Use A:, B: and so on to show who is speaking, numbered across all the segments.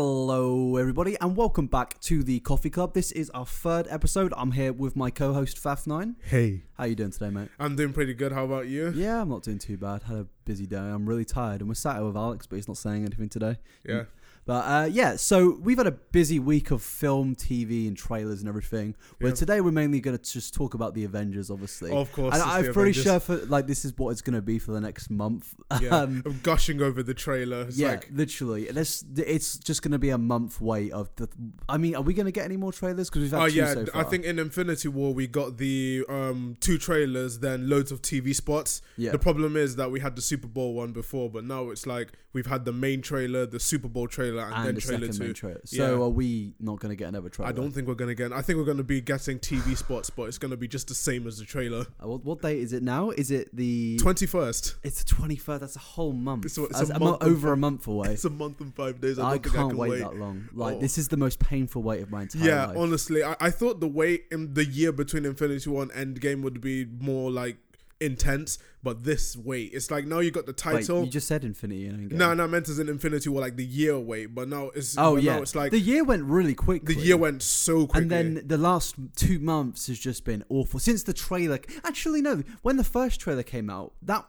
A: Hello, everybody, and welcome back to the Coffee Club. This is our third episode. I'm here with my co-host Faf9.
B: Hey,
A: How you doing today, mate?
B: I'm doing pretty good. How about you?
A: Yeah, I'm not doing too bad. Had a busy day. I'm really tired, and we're sat here with Alex, but he's not saying anything today.
B: Yeah.
A: But uh, yeah, so we've had a busy week of film, TV, and trailers and everything. Where
B: Yeah.
A: today we're mainly going to just talk about the Avengers, obviously.
B: Of course.
A: and
B: it's
A: I'm
B: the
A: pretty
B: Avengers.
A: sure for like this is what it's going to be for the next month.
B: Yeah.
A: um,
B: I'm gushing over the trailer. It's
A: yeah,
B: like
A: literally. This it's just going to be a month wait of the. I mean, are we going to get any more trailers? Because we've had
B: Oh
A: two
B: yeah,
A: so far.
B: I think in Infinity War we got the um two trailers, then loads of TV spots.
A: Yeah.
B: The problem is that we had the Super Bowl one before, but now it's like we've had the main trailer, the Super Bowl trailer, and,
A: and
B: then
A: the
B: trailer
A: second
B: two.
A: main trailer. So
B: Yeah.
A: are we not going to get another trailer?
B: I don't think we're gonna get. I think we're gonna be getting TV spots, but it's gonna be just the same as the trailer.
A: Uh, What, what date is it now? Is it the?
B: Twenty first.
A: it's the twenty first. That's a whole month.
B: It's a- it's a
A: That's mo-
B: month and
A: over a month away.
B: It's a month and five days. I,
A: I
B: don't think I
A: can't
B: can
A: wait,
B: wait.
A: that long. Like
B: Oh.
A: this is the most painful wait of my entire
B: Yeah,
A: life.
B: honestly, I, I thought the wait in the year between Infinity War and Endgame would be more like intense, but this wait, it's like now you got the
A: Wait,
B: title.
A: you just said Infinity. And
B: no, no, I meant as in Infinity War, like the year wait, but now it's
A: Oh
B: but
A: yeah,
B: now it's like
A: the
B: the,
A: year went really quickly.
B: year went so quickly.
A: And then the last two months has just been awful. Since the trailer, actually no, when the first trailer came out, that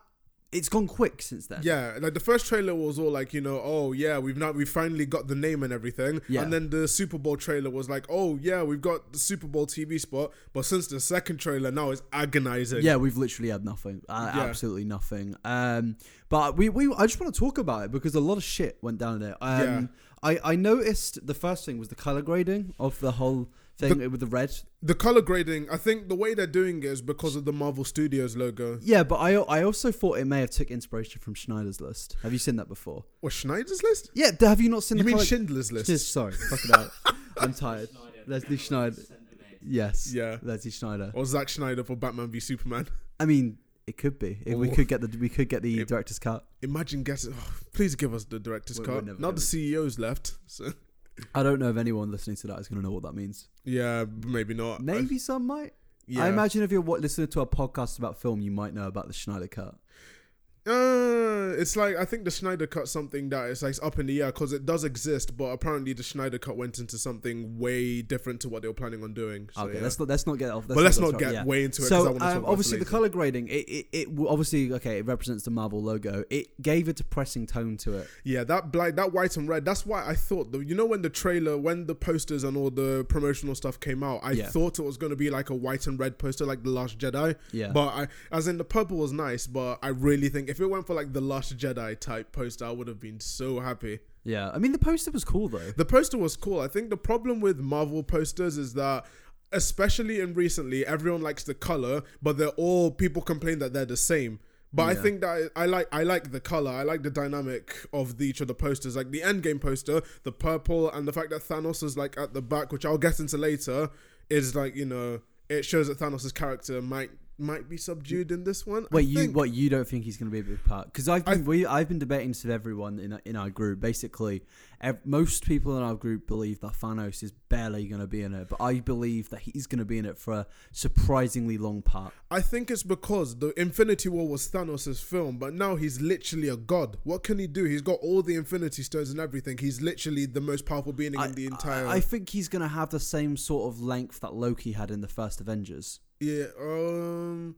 A: it's gone quick since then.
B: yeah, like the first trailer was all like, you know, oh yeah, we've now we finally got the name and everything.
A: Yeah.
B: And then the Super Bowl trailer was like, oh yeah, we've got the Super Bowl TV spot. But since the second trailer, now it's agonizing.
A: Yeah, we've literally had nothing. Uh,
B: Yeah.
A: Absolutely nothing. Um, but we, we, I just want to talk about it because a lot of shit went down there. Um,
B: Yeah.
A: I, I noticed the first thing was the color grading of the whole thing with the red.
B: The color grading, I think the way they're doing it is because of the Marvel Studios logo.
A: Yeah, but I, I also thought it may have took inspiration from Schneider's List. Have you seen that before?
B: What Schneider's List?
A: Yeah, th- have you not seen
B: You
A: the
B: mean
A: colour-
B: Schindler's List?
A: Just- Sorry, fuck it out. I'm tired. Leslie Schneider. Yes.
B: Yeah.
A: Leslie Schneider.
B: Or Zack Schneider for Batman v Superman?
A: I mean, it could be. It- we
B: Ooh.
A: could get the we could get the
B: It-
A: director's cut.
B: Imagine guessing. Oh, please give us the director's
A: We're- we're
B: cut.
A: never
B: Now
A: gonna-
B: the CEO's left. So
A: I don't know if anyone listening to that is going to know what that means.
B: yeah, maybe not.
A: Maybe some might.
B: Yeah.
A: I imagine if you're wa- listening to a podcast about film, you might know about the Schneider cut.
B: Uh, it's like I think the Schneider cut something that it's like up in the air because it does exist, but apparently the Schneider cut went into something way different to what they were planning on doing. So,
A: okay,
B: yeah.
A: let's not let's not get off.
B: but let's not
A: off-
B: get
A: yeah.
B: way into it. 'cause I
A: So
B: wanna talk
A: um,
B: about
A: obviously the
B: later.
A: color grading, it, it it w- obviously okay, it represents the Marvel logo. It gave a depressing tone to it.
B: Yeah, that black, that white and red. That's why I thought. The, you know, when the trailer, when the posters and all the promotional stuff came out, I
A: Yeah.
B: thought it was gonna be like a white and red poster, like the Last Jedi.
A: Yeah.
B: But I, as in, the purple was nice. But I really think if it went for like the Last Jedi type poster, I would have been so happy.
A: Yeah, I mean the poster was cool though.
B: The poster was cool. I think the problem with Marvel posters is that. Especially in recently, everyone likes the color, but they're all people complain that they're the same. But I
A: Yeah.
B: think that I, I like I like the color. I like the dynamic of the, each of the posters, like the Endgame poster, the purple, and the fact that Thanos is like at the back, which I'll get into later, is like you know it shows that Thanos' character might might be subdued in this one. I
A: Wait, you
B: think.
A: what? You don't think he's going to be a big part? Because I've been we I've been debating this with everyone in in our group. Basically, ev- most people in our group believe that Thanos is barely going to be in it, but I believe that he's going to be in it for a surprisingly long part.
B: I think it's because the Infinity War was Thanos' film, but now he's literally a god. What can he do? He's got all the Infinity Stones and everything. He's literally the most powerful being
A: I,
B: in the entire.
A: I, I think he's going to have the same sort of length that Loki had in the first Avengers.
B: yeah, um,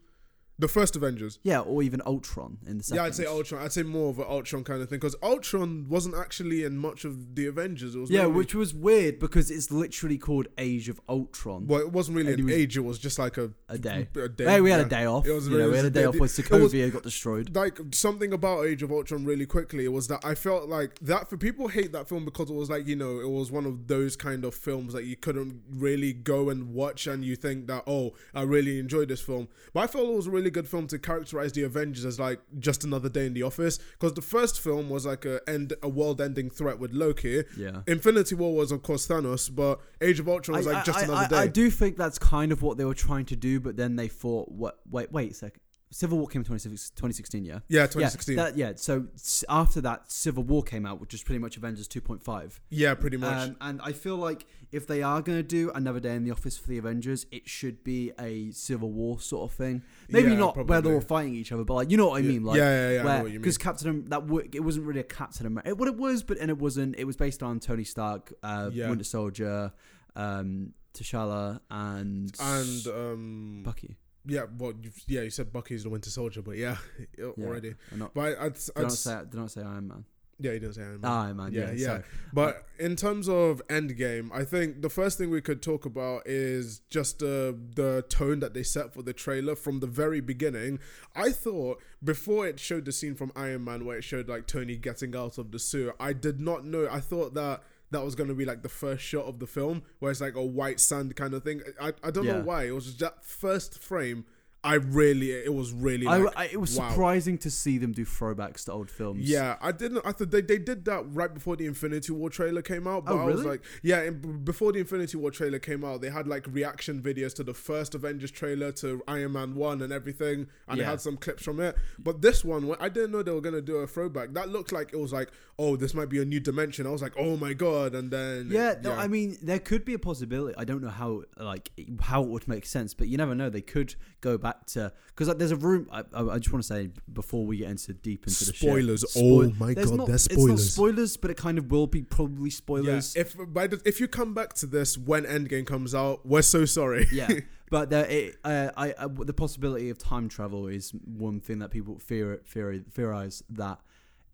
B: the first Avengers.
A: Yeah, or even Ultron in the second.
B: Yeah, I'd say Ultron. I'd say more of an Ultron kind of thing because Ultron wasn't actually in much of the Avengers. It was
A: Yeah,
B: mainly-
A: which was weird because it's literally called Age of Ultron.
B: well, it wasn't really
A: and
B: an
A: he was-
B: age. It was just like a
A: A day.
B: A day
A: hey, we had
B: yeah.
A: a day off.
B: It was
A: you
B: really-
A: know, we had a day
B: it-
A: off when
B: it was-
A: Sokovia got destroyed.
B: like something about Age of Ultron really quickly was that I felt like that for people hate that film because it was like you know it was one of those kind of films that you couldn't really go and watch and you think that oh I really enjoyed this film but I felt it was a really good film to characterize the Avengers as like just another day in the office because the first film was like a end a world ending threat with Loki
A: Yeah.
B: Infinity War was of course Thanos but Age of Ultron was like just another
A: I,
B: day
A: I do think that's kind of what they were trying to do, but then they thought, "What? Wait, wait a second. Civil War came in 26 2016, yeah?
B: Yeah, 2016.
A: Yeah,
B: Yeah,
A: that, yeah, so s- after that, Civil War came out, which is pretty much Avengers 2.5.
B: pretty much.
A: Um, and I feel like if they are going to do another day in the office for the Avengers, it should be a Civil War sort of thing. Maybe
B: Yeah,
A: not where
B: probably.
A: they're all fighting each other, but like you know what I mean, like
B: yeah, yeah, yeah. I know
A: where
B: what you mean.
A: because Captain Am- that w- it wasn't really a Captain America. It, what it was, but and it wasn't. It was based on Tony Stark, uh,
B: Yeah.
A: Winter Soldier, um, T'Challa, and
B: And um,
A: Bucky.
B: yeah, well, you yeah, you said Bucky's the Winter Soldier, but yeah, already.
A: Or not,
B: But I'd,
A: did, I
B: I'd
A: not say, did I not say Iron Man?
B: yeah, he doesn't say Iron Man.
A: Ah, Iron Man. Yeah,
B: Yeah, yeah.
A: sorry.
B: But in terms of Endgame, I think the first thing we could talk about is just the the tone that they set for the trailer from the very beginning. I thought before it showed the scene from Iron Man where it showed like Tony getting out of the sewer, I did not know. I thought that that was going to be like the first shot of the film where it's like a white sand kind of thing. I, I don't
A: Yeah.
B: know why. It was just that first frame. I really, it was really.
A: I,
B: Like,
A: I, it was
B: wow.
A: surprising to see them do throwbacks to old films.
B: Yeah, I didn't. I thought they, they did that right before the Infinity War trailer came out. But
A: Oh,
B: I was
A: really?
B: like, yeah, and b- before the Infinity War trailer came out, they had like reaction videos to the first Avengers trailer to Iron Man 1 and everything. And they
A: Yeah.
B: had some clips from it. But this one, wh- I didn't know they were going to do a throwback. That looked like it was like, oh, this might be a new dimension. I was like, oh my God. And then.
A: Yeah, no, I mean there could be a possibility. I don't know how like how it would make sense, but you never know. They could go back to because like, there's a room. I, I I just want to say before we get into deep into
B: Spoilers.
A: the shit,
B: Oh my
A: there's
B: God,
A: not-
B: there's
A: It's not
B: spoilers.
A: spoilers, but it kind of will be probably
B: Yeah,
A: spoilers. Yeah,
B: if by the, if you come back to this when Endgame comes out, we're so sorry.
A: but there, it, uh, I, I the possibility of time travel is one thing that people fear fear theorize that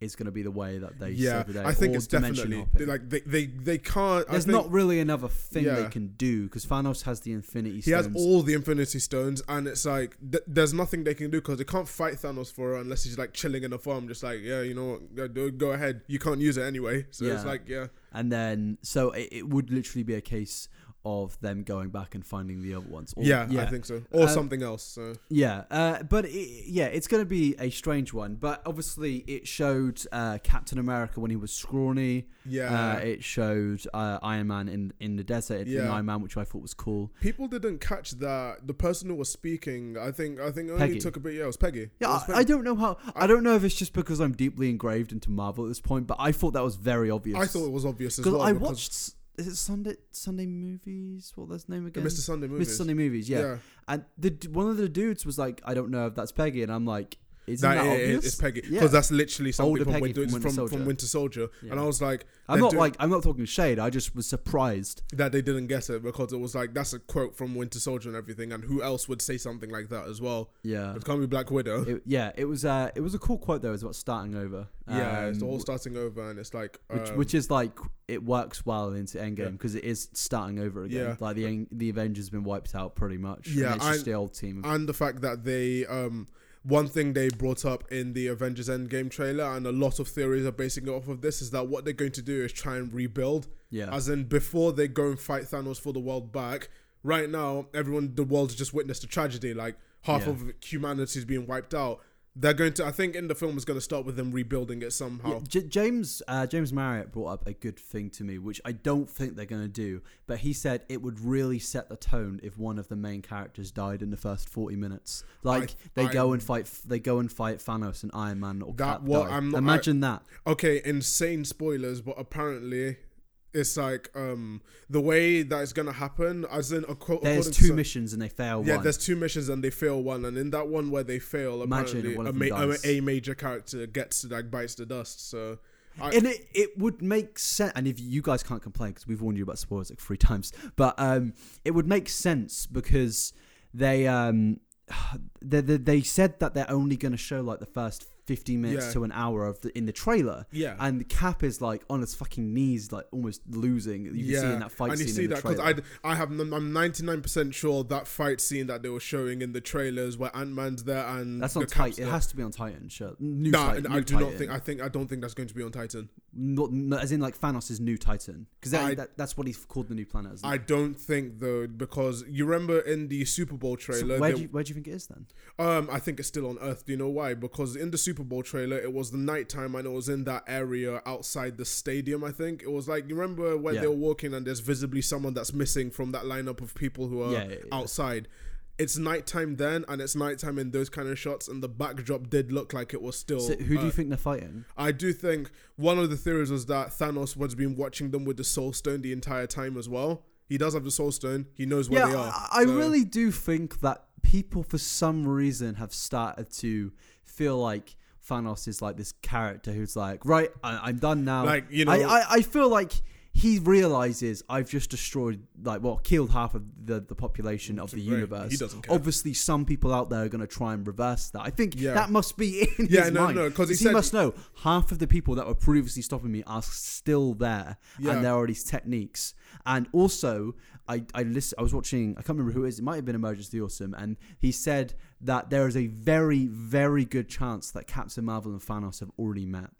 A: is going to be the way that they
B: yeah,
A: save the day.
B: I think
A: or
B: it's
A: dimension
B: definitely
A: hopping.
B: like they, they they can't. I
A: there's
B: think,
A: not really another thing they
B: Yeah.
A: can do because Thanos has the Infinity
B: He
A: Stones.
B: has all the Infinity Stones, and it's like th- there's nothing they can do because they can't fight Thanos for it unless he's like chilling in a farm, just like yeah, you know, what, yeah, do- go ahead, you can't use it anyway. So
A: Yeah.
B: it's like yeah,
A: And then, so it, it would literally be a case of them going back and finding the other ones. Or-
B: yeah, I think so, or
A: Um,
B: something else. So
A: Yeah, uh, but it, yeah, it's going to be a strange one. But obviously, it showed uh, Captain America when he was scrawny.
B: yeah,
A: Uh, it showed uh, Iron Man in in the desert in
B: Yeah.
A: Iron Man, which I thought was cool.
B: people didn't catch that the person who was speaking. I think I think only
A: Peggy.
B: took a bit. Yeah, it was Peggy. It
A: Yeah,
B: was
A: I,
B: Peggy.
A: I don't know how. I don't know if it's just because I'm deeply engraved into Marvel at this point, but I thought that was very obvious.
B: I thought it was obvious as
A: because
B: well.
A: I
B: because
A: watched. s- Is it Sunday Sunday movies? What was the name
B: the
A: again?
B: Mr. Sunday
A: Mr.
B: movies.
A: Sunday movies. yeah. And the d- one of the dudes was like, "I don't know if that's Peggy," and I'm like, "Isn't that,
B: That i- i-
A: obvious?"
B: it's Peggy because
A: Yeah.
B: that's literally something
A: Older
B: from,
A: Peggy
B: Winter,
A: from Winter
B: from, from
A: Soldier.
B: Winter Soldier,
A: Yeah.
B: and I was like,
A: I'm
B: they're
A: not
B: doing-
A: like I'm not talking shade. I just was surprised.
B: that they didn't get it because it was like that's a quote from Winter Soldier and everything, and who else would say something like that as well?
A: Yeah,
B: It can't be Black Widow.
A: Uh, it, yeah. It was uh, it was a cool quote though. It was about starting over.
B: yeah,
A: Um,
B: it's all starting over, and it's like
A: which,
B: um,
A: which is like it works well into
B: Yeah.
A: Endgame because it is starting over again.
B: Yeah.
A: Like the en- the Avengers been wiped out pretty much.
B: Yeah,
A: and it's just
B: I-
A: the old team. Of,
B: and the fact that they um one thing they brought up in the Avengers Endgame trailer, and a lot of theories are basing it off of this, is that what they're going to do is try and rebuild,
A: yeah,
B: as in before they go and fight Thanos for the world back. Right now, everyone the world's just witnessed a tragedy. Like half
A: Yeah.
B: of humanity is being wiped out. They're going to. I think in the film is going to start with them rebuilding it somehow.
A: Yeah, J- James uh, James Marriott brought up a good thing to me, which I don't think they're going to do. But he said it would really set the tone if one of the main characters died in the first forty minutes. Like they
B: I-
A: go and fight, they go and fight Thanos and Iron Man or
B: That
A: Cap
B: what
A: die.
B: I'm not-
A: Imagine that.
B: okay insane spoilers but apparently it's like um the way that it's gonna happen as in a quote
A: There's
B: according to
A: two
B: some-
A: missions and they fail
B: yeah
A: one.
B: there's two missions and they fail one and in that one where they fail
A: Imagine
B: apparently
A: one
B: a,
A: of them
B: ma-
A: dies.
B: a, a major character gets like bites the dust so I,
A: and it, it would make sense and if you guys can't complain because we've warned you about spoilers like three times but um it would make sense because they um they, they, they said that they're only going to show like the first 15 minutes
B: Yeah.
A: to an hour of the, in the trailer
B: yeah
A: and cap is like on his fucking knees like almost losing you can see in that fight
B: and
A: scene
B: you see
A: in the
B: that
A: trailer
B: I, I have n- I'm 99% sure that fight scene that they were showing in the trailers where Ant Man's there and
A: that's
B: the
A: on
B: Cap's
A: Titan. It
B: there.
A: has to be on Titan. Sure. New
B: Nah,
A: Titan.
B: and
A: new
B: I do not
A: Titan.
B: think I think I don't think that's going to be on Titan.
A: Not, not- as in like Thanos' new Titan, because
B: I-
A: that, that, that's what he's called the new planet. Isn't
B: I don't think though because you remember in the Super Bowl
A: it? So
B: trailer.
A: where
B: they-
A: do you, where do you think it is then?
B: um, I think it's still on Earth. Do you know why? Because in the Super Bowl trailer, it was the nighttime and it was in that area outside the stadium. I think it was like you remember when
A: Yeah.
B: they were walking and there's visibly someone that's missing from that lineup of people who are
A: Yeah, yeah, yeah.
B: outside. it's nighttime then and it's nighttime in those kind of shots and the backdrop did look like it was still
A: So who do
B: uh,
A: you think they're fighting?
B: I do think one of the theories was that Thanos was been watching them with the Soul Stone the entire time as well. He does have the Soul Stone. He knows where they are.
A: I, I
B: so-
A: really do think that people, for some reason, have started to feel like Thanos is like this character who's like, right, I, I'm done now.
B: Like, you know-
A: I, I, I feel like he realizes I've just destroyed, like, well, killed half of the, the population of the
B: Right, he
A: universe.
B: doesn't care.
A: Obviously, some people out there are going to try and reverse that. I think
B: Yeah.
A: that must be in
B: Yeah,
A: his
B: no,
A: mind.
B: no, 'cause he
A: he,
B: said-
A: must know half of the people that were previously stopping me are still there,
B: Yeah.
A: and there are these techniques. And also, I I listen, I was watching. I can't remember who it is. It might have been Emergency Awesome, and he said that there is a very, very good chance that Captain Marvel and Thanos have already met.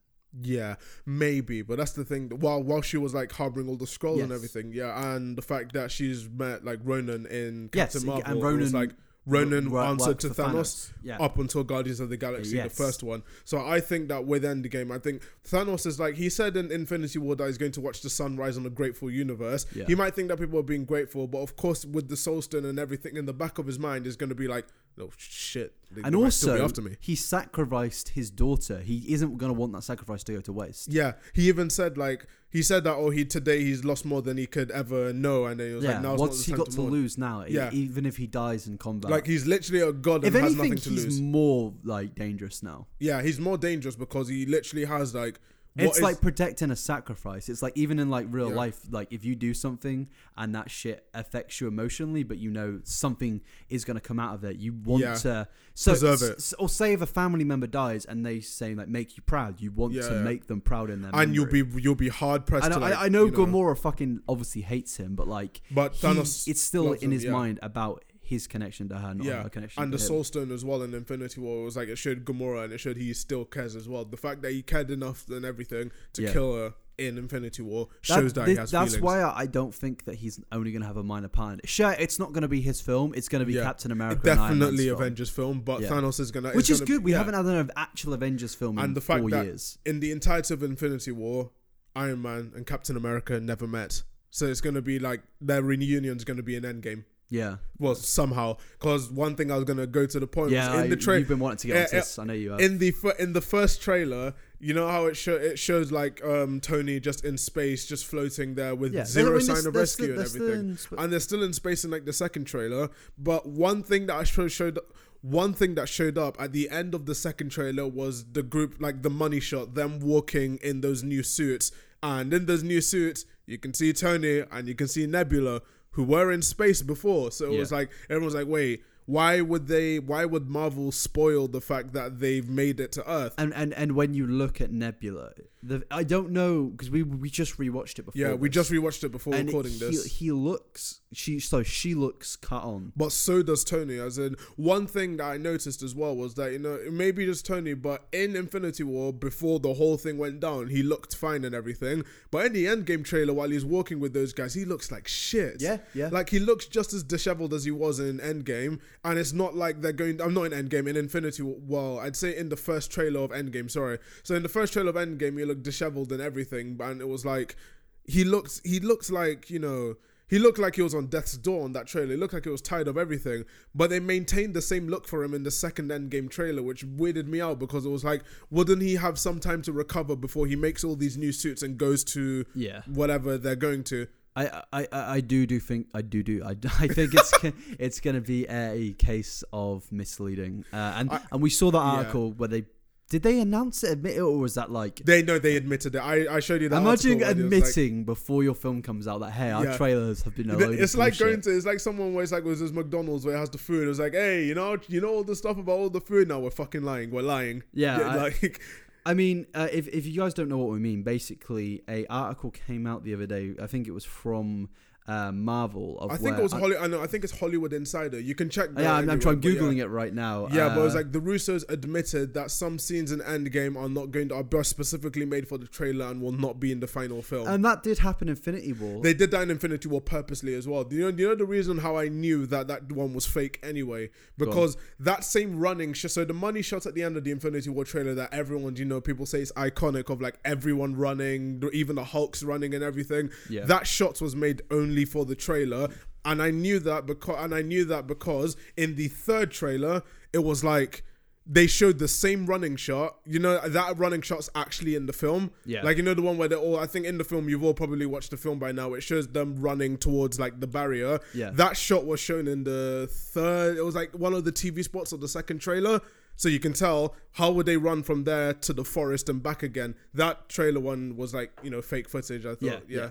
B: Yeah, maybe, but that's the thing. While while she was like harboring all the scrolls and
A: Yes.
B: everything, yeah, and the fact that she's met like Ronan in Captain
A: Yes,
B: Marvel,
A: and
B: it was
A: Ronan
B: like Ronan
A: wo-
B: answered
A: worked
B: to
A: for
B: Thanos, Oh,
A: Thanos, yeah.
B: up until Guardians of the Galaxy,
A: Yes.
B: the first one. So I think that with Endgame, I think Thanos is like he said in Infinity War that he's going to watch the sunrise on a grateful universe.
A: Yeah.
B: He might think that people are being grateful, but of course, with the Soul Stone and everything in the back of his mind, is going to be like, oh shit, they,
A: And
B: they might still be
A: also,
B: after me.
A: he sacrificed his daughter. He isn't going to want that sacrifice to go to waste.
B: Yeah, he even said like he said that oh he today he's lost more than he could ever know, and then he was
A: Yeah,
B: like now's
A: what's he
B: not the time
A: got
B: to,
A: to,
B: mourn."
A: lose now? E-
B: Yeah.
A: even if he dies in combat.
B: Like he's literally a god and
A: if
B: has
A: anything,
B: nothing to
A: he's
B: lose.
A: more like dangerous now.
B: yeah, he's more dangerous because he literally has like what
A: it's
B: is-
A: like protecting a sacrifice. It's like even in like real
B: Yeah.
A: life, like if you do something and that shit affects you emotionally, but you know something is gonna come out of it. You want
B: Yeah.
A: to so
B: Preserve it.
A: s- or say if a family member dies and they say like make you proud, you want
B: Yeah,
A: to
B: yeah.
A: make them proud in their
B: and you'll
A: memory.
B: be you'll be hard pressed.
A: And
B: to, like,
A: I, I know
B: you
A: Gamora fucking obviously hates him, but like,
B: But
A: he-
B: Thanos
A: it's still
B: loves
A: in
B: him,
A: his
B: yeah.
A: mind about his connection to her, not
B: Yeah,
A: her connection
B: and
A: to
B: the
A: him.
B: Soul Stone as well in Infinity War was like it showed Gamora and it showed he still cares as well. The fact that he cared enough and everything to
A: Yeah.
B: kill her in Infinity War
A: That-
B: shows that, he
A: thi-
B: has
A: that's
B: feelings.
A: why I I don't think that he's only going to have a minor part. in it. Sure, it's not going to be his film. It's going to be
B: Yeah.
A: Captain America. and Iron Man's
B: definitely
A: film,
B: Avengers film, but
A: Yeah.
B: Thanos is gonna,
A: which is
B: gonna-
A: good. We
B: yeah.
A: haven't had an actual Avengers film in
B: and the fact
A: four
B: that
A: years.
B: in the entirety of Infinity War, Iron Man and Captain America never met. So it's going to be like their reunion's going to be an Endgame.
A: Yeah,
B: Well, somehow, because one thing I was going to go to the point
A: yeah.
B: was in
A: I,
B: the trailer.
A: you've been wanting to
B: Yeah,
A: get onto
B: yeah.
A: this. uh, I know you have.
B: in the fir- in the first trailer, you know how it show it shows like um Tony just in space, just floating there with
A: yeah,
B: zero
A: they're- they're-
B: sign of
A: they're-
B: rescue and
A: they're still
B: everything
A: in sp-
B: and they're still in space in like the second trailer. But one thing that I sho- showed, one thing that showed up at the end of the second trailer was the group, like the money shot, them walking in those new suits, and in those new suits, you can see Tony and you can see Nebula, who were in space before. So it was
A: Yeah.
B: like everyone's like, wait. Why would they? Why would Marvel spoil the fact that they've made it to Earth?
A: and and and when you look at Nebula, the, I don't know because we we just rewatched it before.
B: Yeah, we
A: this,
B: just rewatched it before
A: and
B: recording
A: he,
B: this.
A: He looks she so she looks cut on.
B: But so does Tony. As in, one thing that I noticed as well was that, you know, maybe just Tony, but in Infinity War, before the whole thing went down, he looked fine and everything. But in the Endgame trailer, while he's walking with those guys, he looks like shit.
A: Yeah, yeah.
B: Like, he looks just as disheveled as he was in Endgame. And it's not like they're going, I'm not in Endgame, in Infinity War. Well, I'd say in the first trailer of Endgame, sorry. So in the first trailer of Endgame, he looked disheveled and everything. And it was like, he looks he looks like you know he looked like he was on death's door on that trailer. He looked like he was tired of everything. But they maintained the same look for him in the second Endgame trailer, which weirded me out because it was like, wouldn't he have some time to recover before he makes all these new suits and goes to
A: Yeah.
B: whatever they're going to?
A: I, I, I I do do think I do do I, I think it's g- it's gonna be a case of misleading uh, and and we saw that article where they did they announce it admit it or was that like
B: They know they admitted it. I, I showed you that.
A: imagine
B: article and it was like-
A: admitting before your film comes out that hey our
B: Yeah.
A: trailers have been a load
B: It's
A: of
B: like
A: bullshit.
B: going to it's like someone where it's like was this McDonald's where it has the food. It's like, hey, you know, you know all the stuff about all the food. Now we're fucking lying. We're lying.
A: Yeah, I-
B: like
A: I mean, uh, if if you guys don't know what we mean, basically, a article came out the other day. I think it was from uh, Marvel. Of
B: I think
A: where-
B: it was
A: I-
B: Holly. I know. I think it's Hollywood Insider. You can check.
A: yeah, I'm, I'm trying googling
B: it.
A: it right now.
B: Yeah, but it was
A: Uh,
B: like the Russos admitted that some scenes in Endgame are not going to are specifically made for the trailer and will not be in the final film.
A: and that did happen. in Infinity War.
B: they did that in Infinity War purposely as well. Do you know? Do you know the reason how I knew that that one was fake anyway? Because that same running shot. So the money shot at the end of the Infinity War trailer that everyone, you know, people say it's iconic of like everyone running, even the Hulk's running and everything.
A: Yeah.
B: That shot was made only only for the trailer, and I knew that because and I knew that because in the third trailer it was like they showed the same running shot. You know that running shot's actually in the film.
A: Yeah.
B: Like you know the one where they're all. I think in the film you've all probably watched the film by now. It shows them running towards like the barrier.
A: Yeah.
B: That shot was shown in the third. It was like one of the TV spots of the second trailer. So you can tell how would they run from there to the forest and back again. That trailer one was like you know fake footage. I thought yeah.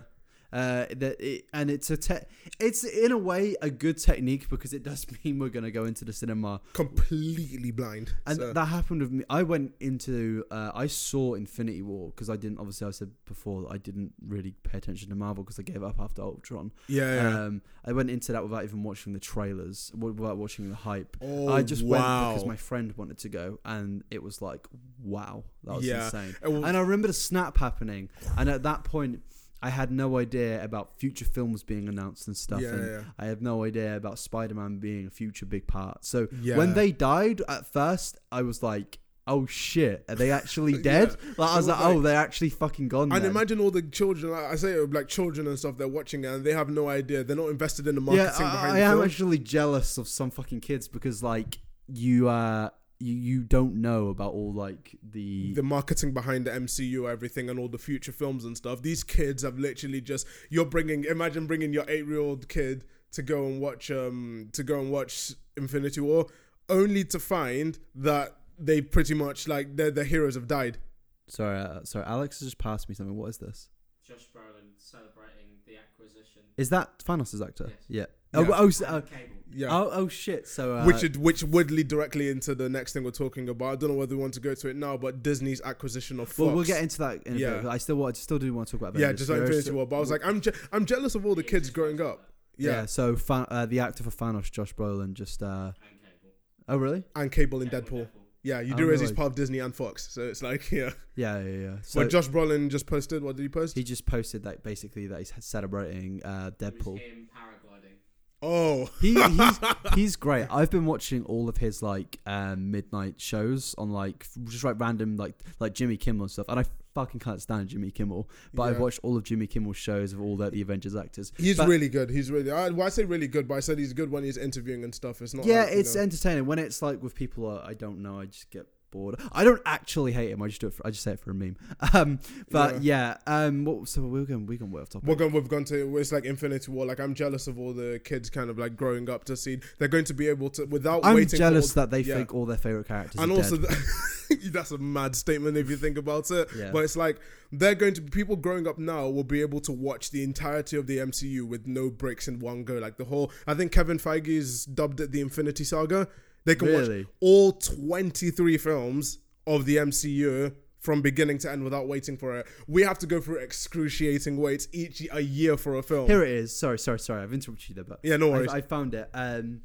A: Uh, that it, and it's a te- it's in a way a good technique because it does mean we're gonna go into the cinema,
B: Completely blind.
A: and
B: So-
A: that happened with me. I went into uh, I saw Infinity War because I didn't obviously I said before that I didn't really pay attention to Marvel because I gave up after Ultron.
B: yeah. yeah.
A: Um, I went into that without even watching the trailers, w- without watching the hype.
B: Oh,
A: I just
B: wow.
A: went because my friend wanted to go, and it was like, wow, that was
B: Yeah.
A: insane.
B: It was-
A: and I remember the snap happening, and at that point, I had no idea about future films being announced and stuff.
B: Yeah,
A: and
B: yeah.
A: I had no idea about Spider Man being a future big part. So
B: Yeah.
A: when they died at first, I was like, oh shit, are they actually dead? Like, I was
B: It was
A: like, oh, they're actually fucking gone.
B: And
A: then.
B: imagine all the children. Like I say, it, like children and stuff. They're watching it and they have no idea. They're not invested in the marketing
A: I,
B: behind
A: I
B: the
A: am
B: film.
A: actually jealous of some fucking kids because like you uh you, you don't know about all like the,
B: the marketing behind the MCU, everything, and all the future films and stuff. These kids have literally just. You're bringing. Imagine bringing your eight-year-old kid to go and watch. Um, to go and watch Infinity War, only to find that they pretty much like their their heroes have died.
A: sorry uh, sorry Alex has just passed me something. What is this?
C: Josh Brolin celebrating the acquisition.
A: Is that Thanos' actor?
C: Yes.
A: Yeah.
B: Yeah.
A: Oh, oh, so, uh,
C: Cable.
B: Yeah.
A: oh, oh shit. So uh,
B: which it, which would lead directly into the next thing we're talking about. I don't know whether we want to go to it now, but Disney's acquisition of Fox.
A: well, we'll get into that. In
B: Yeah.
A: a bit. I still want. I still do want to talk about.
B: yeah,
A: Avengers.
B: just like
A: We're
B: Infinity
A: still-
B: War. But I was like, I'm je- I'm jealous of all the
C: Yeah,
B: kids
C: just
B: growing
C: watch
B: up.
A: yeah.
B: Yeah,
A: So fan, uh, the actor for Thanos, Josh Brolin, just. uh
C: that. And Cable.
A: Oh really?
B: and Cable in
C: Cable,
B: Deadpool. Yeah, you
A: I
B: do realize
A: know,
B: he's
A: like-
B: part of Disney and Fox, so it's like yeah.
A: Yeah, yeah, yeah. So
B: but Josh Brolin just posted. What did he post?
A: he just posted that basically that he's celebrating uh
C: It was
A: Deadpool.
C: him paragliding.
B: oh,
A: he, he's, he's great. I've been watching all of his like um, midnight shows on like f- just like random like like Jimmy Kimmel and stuff, and I fucking can't stand Jimmy Kimmel. But I've
B: Yeah.
A: watched all of Jimmy Kimmel's shows of all the, the Avengers actors.
B: he's
A: But-
B: really good. He's really. I, well, I say really good, but I said he's good when he's interviewing and stuff. It's not.
A: yeah,
B: like, you
A: it's
B: know-
A: entertaining when it's like with people uh, I don't know. I just get bored. I don't actually hate him. I just do it. For, I just say it for a meme. Um, but yeah. um, what, so we're going we're going way off topic.
B: We're going. We've gone to. It's like Infinity War. Like I'm jealous of all the kids, kind of like growing up to see they're going to be able to without
A: I'm
B: waiting. for
A: jealous
B: all-
A: that they
B: yeah.
A: think all their favorite characters.
B: and
A: are
B: also
A: dead.
B: th- that's a mad statement if you think about it
A: Yeah.
B: but it's like they're going to people growing up now will be able to watch the entirety of the mcu with no breaks in one go like the whole i think kevin feige's dubbed it the infinity saga they can watch
A: Really?
B: all 23 films of the mcu from beginning to end without waiting for it we have to go through excruciating waits each a year for a film
A: Here it is. Sorry, sorry, sorry. I've interrupted you there, but
B: Oh. Yeah, no
A: I-
B: worries.
A: I, found it. Um,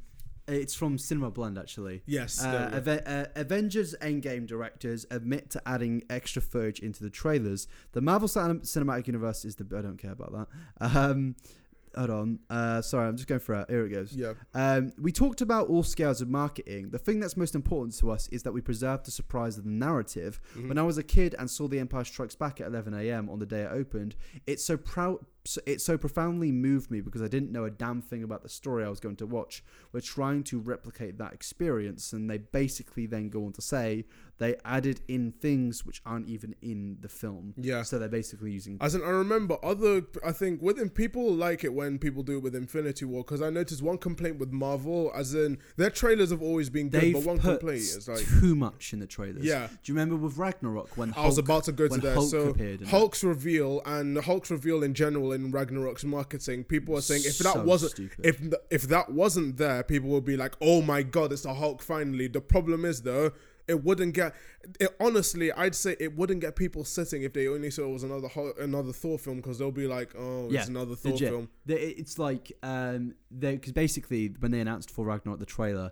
A: it's from Cinema Blend actually.
B: yes there
A: Uh,
B: we go.
A: Ave- uh, Avengers Endgame directors admit to adding extra footage into the trailers. The Marvel Cin- Cinematic Universe is the. I don't care about that. Um, hold on. Uh, sorry, I'm just going for it. Here it goes.
B: yeah
A: Um, we talked about all scales of marketing. The thing that's most important to us is that we preserve the surprise of the narrative.
B: Mm-hmm.
A: When I was a kid and saw The Empire Strikes Back at 11 a.m. on the day it opened, it so proud. It so profoundly moved me because I didn't know a damn thing about the story I was going to watch. We're trying to replicate that experience, and they basically then go on to say they added in things which aren't even in the film.
B: Yeah.
A: So they're basically using.
B: As in, I remember other. I think within people like it when people do it with Infinity War because I noticed one complaint with Marvel, as in their trailers have always been good,
A: They've
B: but one
A: put
B: complaint is like.
A: too much in the trailers.
B: Yeah.
A: Do you remember with Ragnarok when
B: I was
A: Hulk-
B: about to go to
A: when
B: there.
A: Hulk
B: so
A: appeared in
B: Hulk's reveal and Hulk's reveal in general in Ragnarok's marketing, people are saying if that
A: So
B: wasn't
A: stupid.
B: if th- if that wasn't there, people would be like, "Oh my god, it's the Hulk!" Finally, the problem is though, it wouldn't get. It honestly, I'd say it wouldn't get people sitting if they only saw it was another Hulk, another Thor film because they'll be like, "Oh, it's another Thor
A: legit.
B: film."
A: The- It's like um, because basically when they announced for Ragnarok the trailer,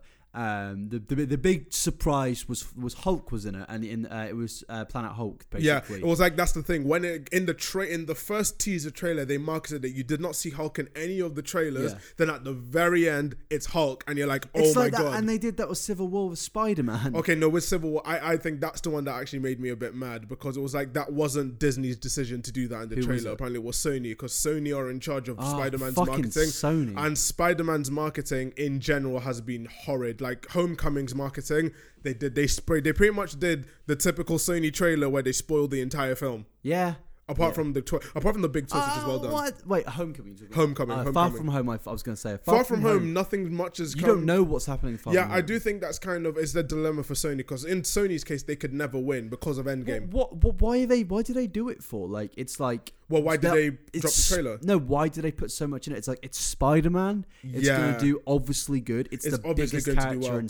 A: Um, the, the the big surprise was was Hulk was in it, and in uh, it was uh, Planet Hulk basically.
B: Yeah, it was like that's the thing. When it, in the tra- in the first teaser trailer, they marketed that you did not see Hulk in any of the trailers.
A: Yeah.
B: Then at the very end, it's Hulk, and you're like, oh
A: it's
B: my
A: like that,
B: god.
A: and they did that with Civil War with Spider Man.
B: Okay, no, with Civil War, I, I think that's the one that actually made me a bit mad because it was like that wasn't Disney's decision to do that in the
A: Who was
B: trailer.
A: it?
B: Apparently, it was Sony because Sony are in charge of
A: Ah,
B: Spider Man's
A: fucking
B: marketing.
A: Sony.
B: And Spider Man's marketing in general has been horrid. Like Homecoming's marketing, they did, they sprayed, they pretty much did the typical Sony trailer where they spoiled the entire film.
A: Yeah.
B: Apart from the twi- apart from the big twist, which is well
A: Uh,
B: done.
A: what? Wait, Homecoming. you're talking about.
B: Homecoming,
A: Uh, Far
B: Homecoming.
A: from home. I, I was going to say.
B: Far, from, home, nothing much has
A: you
B: come.
A: don't know what's happening. in Far
B: Yeah,
A: from
B: I
A: home.
B: do think that's kind of is the dilemma for Sony because in Sony's case, they could never win because of Endgame.
A: What, what, why are they? Why do they do it for? Like, it's like.
B: Well, why did
A: that-
B: they drop the
A: it's-
B: trailer?
A: No, why did they put so much in it? It's like it's Spider Man. It's
B: Yeah.
A: gonna do obviously good. It's,
B: It's
A: the
B: obviously
A: biggest
B: going to do
A: character
B: well.
A: in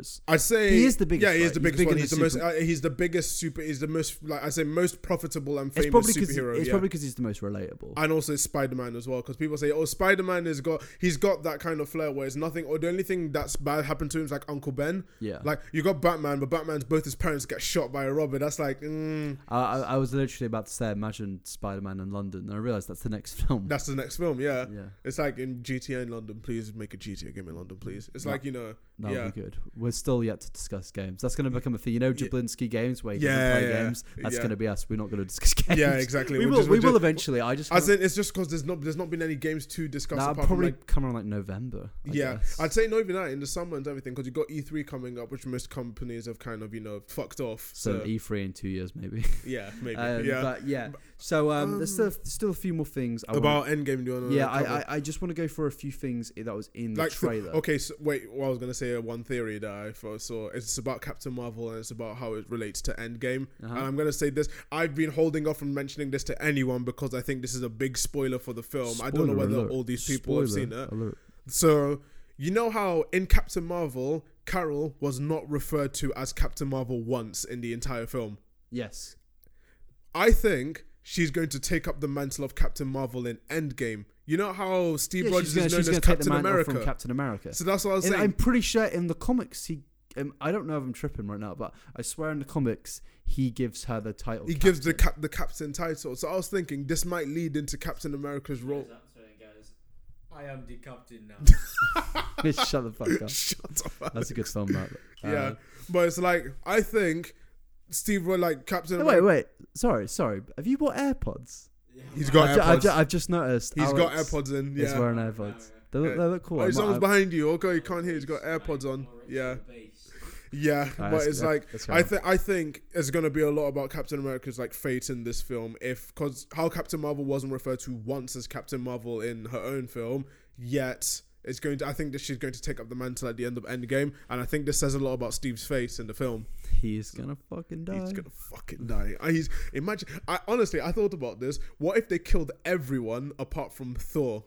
A: superheroes.
B: I'd say
A: He is the biggest,
B: Yeah, he is
A: right?
B: the
A: He's
B: biggest
A: bigger
B: one.
A: than
B: He's the
A: the
B: most.
A: super-
B: Uh, he's the biggest super. He's the most. Like I say, most profitable and
A: It's
B: famous
A: probably because
B: superhero.
A: it's
B: yeah.
A: probably because he's the most relatable.
B: and also Spider Man as well, because people say, "Oh, Spider Man has got he's got that kind of flair where it's nothing, or the only thing that's bad happened to him is like Uncle Ben."
A: Yeah.
B: Like you got Batman, but Batman's both his parents get shot by a robber. That's like, mm,
A: I, I, I was literally about to say, imagine Spider Man in London, and I realized that's the next film.
B: that's the next film. Yeah.
A: yeah,
B: It's like in GTA in London. Please make a GTA game in London, please. It's
A: Yeah.
B: like you know,
A: that would
B: yeah.
A: be good. We're still yet to discuss games. That's going to become a thing. You know,
B: Yeah.
A: Jablinski games where you
B: Yeah,
A: yeah, play
B: yeah,
A: games. That's
B: yeah.
A: going to be us. We're not going to discuss games.
B: Yeah, exactly.
A: We
B: We're
A: will.
B: just-
A: we
B: we're
A: will
B: just-
A: eventually. I just.
B: As in, it's just because there's not there's not been any games to discuss.
A: that'll
B: apart from,
A: probably
B: like,
A: come around like November. I
B: yeah,
A: guess.
B: I'd say not even that in the summer and everything because you got E3 coming up, which most companies have kind of you know fucked off.
A: so
B: So,
A: E3 in two years maybe.
B: yeah, maybe
A: Um,
B: yeah.
A: But yeah. So um, there's still still a few more things. I wanna-
B: About Endgame, do you want to
A: yeah, I, I I just want to go for a few things that was in the
B: like so-
A: trailer.
B: okay, so wait, well, I was gonna say uh, one theory that I first saw. It's about Captain Marvel and it's about how it relates to Endgame.
A: Uh-huh.
B: And I'm gonna say this. I've been holding off from mentioning this to anyone because I think this is a big spoiler for the film. I don't know
A: Spoiler
B: whether
A: alert.
B: all these people have
A: Spoiler
B: seen it.
A: alert.
B: So you know how in Captain Marvel, Carol was not referred to as Captain Marvel once in the entire film.
A: Yes.
B: I think she's going to take up the mantle of Captain Marvel in Endgame. You know how Steve
A: Yeah,
B: Rogers
A: gonna-
B: is known as
A: gonna
B: Captain
A: mantle
B: America.
A: from Captain America.
B: so that's what I was
A: And
B: saying.
A: I'm pretty sure in the comics he. Um, I don't know if I'm tripping right now, but I swear in the comics he gives her the title.
B: he gives the
A: Captain.
B: cap the captain title. So I was thinking this might lead into Captain America's
C: He
B: role.
C: goes up to it and goes, I am the captain now.
A: Shut the fuck up.
B: Shut up.
A: That's a good song, that. Uh,
B: yeah, but it's like I think Steve Rogers, like Captain.
A: no,
B: America,
A: Uh, wait, wait. Sorry, sorry. Have you bought AirPods?
C: Yeah,
B: He's
C: I'm
B: got
A: I've,
B: AirPods.
A: ju- I've, ju- I've just noticed.
B: He's
A: Alex
B: got AirPods in.
A: Is
B: Yeah.
A: wearing AirPods. They look,
B: Yeah.
A: they look cool.
B: Oh,
A: I
B: he's
A: might-
B: almost
A: I-
B: behind you. Okay, Oh, you can't hear. He's got AirPods on.
C: Orange
B: Yeah,
C: and beast.
B: yeah.
A: Alright,
B: But
A: let's-
B: it's like
A: let's go
B: I
A: on.
B: think I think it's gonna be a lot about Captain America's like fate in this film. If because how Captain Marvel wasn't referred to once as Captain Marvel in her own film, yet it's going to. I think that she's going to take up the mantle at the end of Endgame, and I think this says a lot about Steve's face in the film.
A: He's gonna fucking die.
B: He's gonna fucking die. I- He's imagine. I honestly, I thought about this. What if they killed everyone apart from Thor?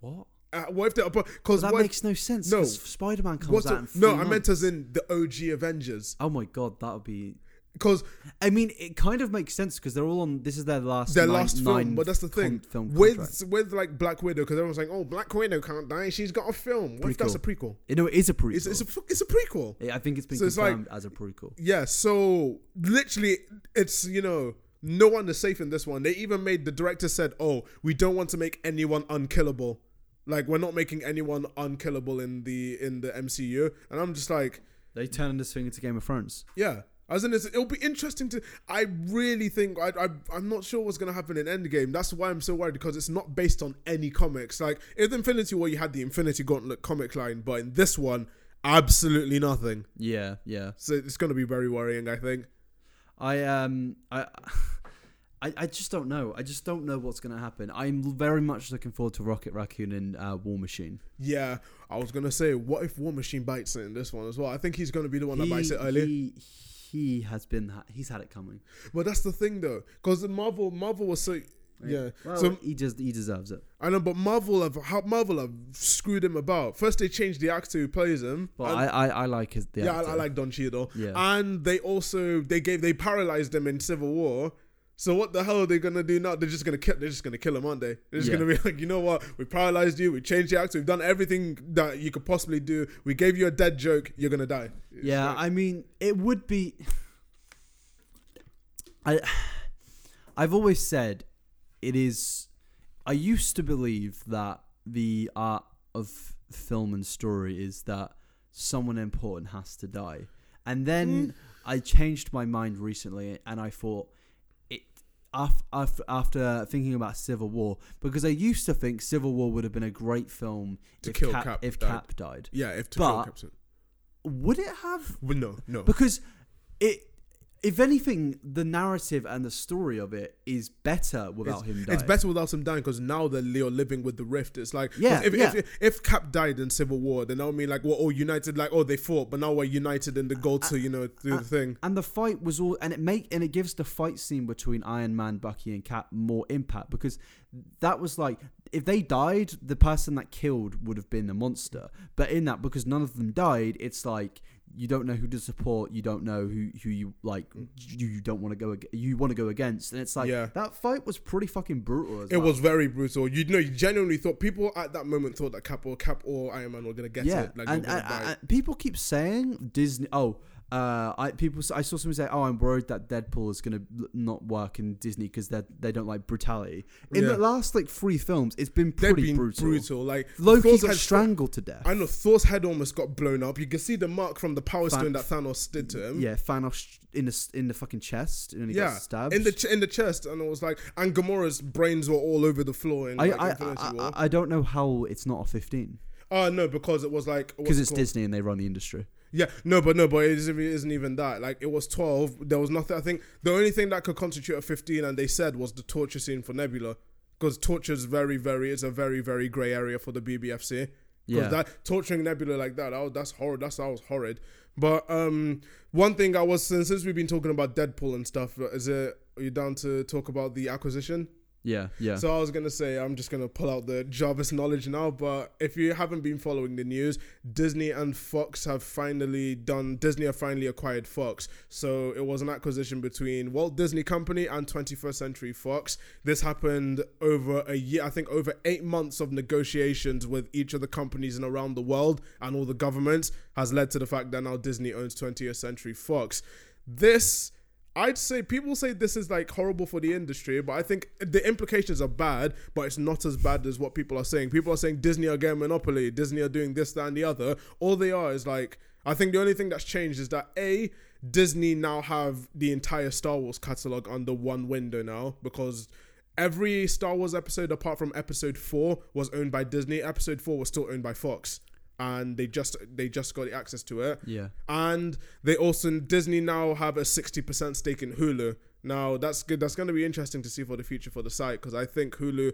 A: What?
B: Uh, what if they?
A: But
B: Because
A: that
B: what? if-
A: makes no sense.
B: No.
A: 'cause Spider-Man comes
B: What's
A: out.
B: a-
A: in
B: no,
A: three
B: I meant
A: months.
B: as in the OG Avengers.
A: Oh my god, that would be.
B: Because
A: I mean, it kind of makes sense because they're all on. This is their last.
B: their
A: nine-
B: last film,
A: nine
B: but that's the thing
A: con- film contract.
B: with with like Black Widow, because everyone's like, "Oh, Black Widow can't die. She's got a film. What if that's a prequel?
A: You know, it is a prequel.
B: It's, it's a fu- it's a prequel.
A: I think it's been
B: So it's like-
A: confirmed as a prequel.
B: Yeah. So literally, it's you know, no one is safe in this one. They even made the director said, "Oh, we don't want to make anyone unkillable. Like we're not making anyone unkillable in the in the MCU." And I'm just like,
A: They turned this thing into Game of Thrones.
B: Yeah. As in, it's, it'll be interesting to. I really think I, I I'm not sure what's gonna happen in Endgame. That's why I'm so worried because it's not based on any comics. Like in Infinity War, you had the Infinity Gauntlet comic line, but in this one, absolutely nothing.
A: Yeah, yeah.
B: So it's gonna be very worrying. I think.
A: I um I. I, I just don't know. I just don't know what's going to happen. I'm very much looking forward to Rocket Raccoon and uh, War Machine.
B: Yeah, I was gonna say, what if War Machine bites it in this one as well? I think he's gonna be the one that bites it early.
A: He, he has been ha- he's had it coming.
B: But that's the thing though, because Marvel Marvel was so. Yeah.
A: Well,
B: so
A: he just he deserves it.
B: I know, but Marvel have how Marvel have screwed him about. First, they changed the actor who plays him.
A: But
B: and-
A: I, I I like his the
B: yeah, I,
A: actor.
B: I like Don Cheadle.
A: Yeah.
B: And they also they gave they paralyzed him in Civil War. So what the hell are they gonna do now? They're just gonna kill. They're just gonna kill him, aren't they? They're just
A: Yeah.
B: gonna be like, you know what? We paralyzed you. We changed the acts. We've done everything that you could possibly do. We gave you a dead joke. You're gonna die. It's
A: yeah,
B: like-
A: I mean, it would be. I, I've always said, it is. I used to believe that the art of film and story is that someone important has to die, and then
B: Hmm.
A: I changed my mind recently, and I thought it af- af- after thinking about Civil War because I used to think Civil War would have been a great film
B: To
A: if
B: kill
A: Cap,
B: Cap
A: if
B: died.
A: Cap died.
B: yeah. If to
A: But-
B: kill Captain,
A: Would it have
B: well, no, no.
A: because it if anything the narrative and the story of it is better without
B: It's,
A: him dying
B: it's better without him dying because now that Leo living with the rift, it's like 'cause
A: Yeah,
B: If,
A: yeah.
B: if if Cap died in Civil War, then that would mean like we're all united. Like oh, they fought, but now we're united in the goal to you know do the thing.
A: and the fight was all and it make and it gives the fight scene between iron man bucky and cap more impact because that was like if they died the person that killed would have been the monster but in that because none of them died it's like you don't know who to support you don't know who who you like you, you don't want to go ag- you want to go against and it's like
B: Yeah.
A: that fight was pretty fucking brutal as
B: It
A: well.
B: was very brutal. You know, you genuinely thought people at that moment thought that Cap or Cap or Iron Man were gonna get
A: yeah,
B: it. Like,
A: and,
B: they were
A: and,
B: gonna die.
A: and people keep saying Disney. Oh, uh, I people s- I saw someone say, "Oh, I'm worried that Deadpool is gonna l- not work in Disney because they they don't like brutality." In
B: Yeah.
A: the last like three films, it's been
B: They've
A: pretty
B: been
A: brutal.
B: brutal. Like
A: Loki
B: Thor's
A: got
B: head-
A: strangled to death.
B: I know Thor's head almost got blown up. You can see the mark from the power
A: Fan-
B: stone that Thanos did to him.
A: yeah, Thanos sh- in the s- in the fucking chest and he
B: Yeah,
A: gets stabbed.
B: in the ch- in the chest, and it was like, and Gamora's brains were all over the floor in
A: I,
B: like,
A: I, I,
B: Infinity
A: I,
B: War.
A: I don't know how it's not a 15
B: Oh no, because it was like what's
A: because
B: it
A: it's
B: called?
A: Disney and they run the industry.
B: Yeah, no, but no, but it isn't, it isn't even that. Like it was twelve. There was nothing. I think the only thing that could constitute a fifteen, and they said was the torture scene for Nebula, because torture is very, very. It's a very, very grey area for the BBFC. Because
A: Yeah.
B: that torturing Nebula like that, oh, that's horrid. That's that was horrid. But um, one thing I was since since we've been talking about Deadpool and stuff, is it are you down to talk about the acquisition?
A: Yeah, yeah.
B: So I was gonna say I'm just gonna pull out the Jarvis knowledge now, but if you haven't been following the news, Disney and Fox have finally done. Disney have finally acquired Fox. So it was an acquisition between Walt Disney Company and 21st Century Fox. This happened over a year, I think, over eight months of negotiations with each of the companies and around the world and all the governments has led to the fact that now Disney owns 20th Century Fox. This I'd say people say this is like horrible for the industry, but I think the implications are bad, but it's not as bad as what people are saying. People are saying Disney are getting monopoly, Disney are doing this, that, and the other. All they are is like, I think the only thing that's changed is that A, Disney now have the entire Star Wars catalog under one window now because every Star Wars episode apart from episode four was owned by Disney. Episode four was still owned by Fox. And they just they just got the access to it
A: yeah.
B: and they also Disney now have a sixty percent stake in Hulu. Now that's good. That's going to be interesting to see for the future for the site because I think Hulu,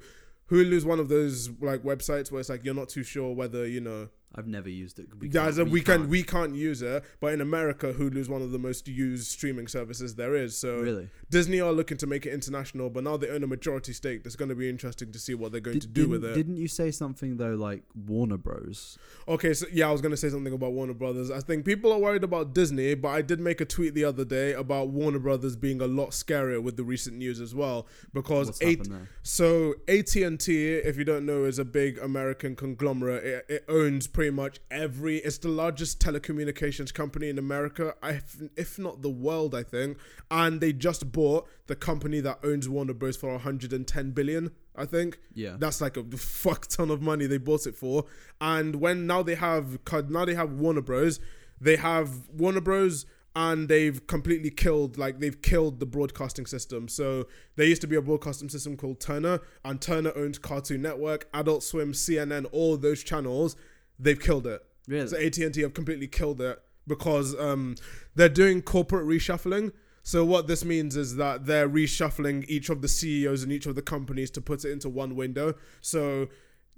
B: Hulu is one of those like websites where it's like you're not too sure whether you know
A: I've never used it.
B: we guys we can
A: can't.
B: we can't use it. But in America, Hulu is one of the most used streaming services there is. So
A: Really?
B: Disney are looking to make it international, but now they own a majority stake. That's going to be interesting to see what they're going to do
A: didn't,
B: with it.
A: Didn't you say something though, like Warner Bros?
B: Okay, so yeah, I was gonna say something about Warner Brothers. I think people are worried about Disney, but I did make a tweet the other day about Warner Brothers being a lot scarier with the recent news as well because
A: What's
B: eight.
A: happened there?
B: So AT and T, if you don't know, is a big American conglomerate. It, it owns pretty much every. It's the largest telecommunications company in America, I- if not the world, I think. And they just bought the company that owns Warner Bros for 110 billion, I think.
A: Yeah.
B: That's like a fuck ton of money they bought it for. And when now they have now they have Warner Bros, they have Warner Bros and they've completely killed like they've killed the broadcasting system. So there used to be a broadcasting system called Turner and Turner owns Cartoon Network, Adult Swim, CNN, all those channels. They've killed it.
A: Really?
B: So AT and T have completely killed it because um, they're doing corporate reshuffling. So what this means is that they're reshuffling each of the CEOs and each of the companies to put it into one window. So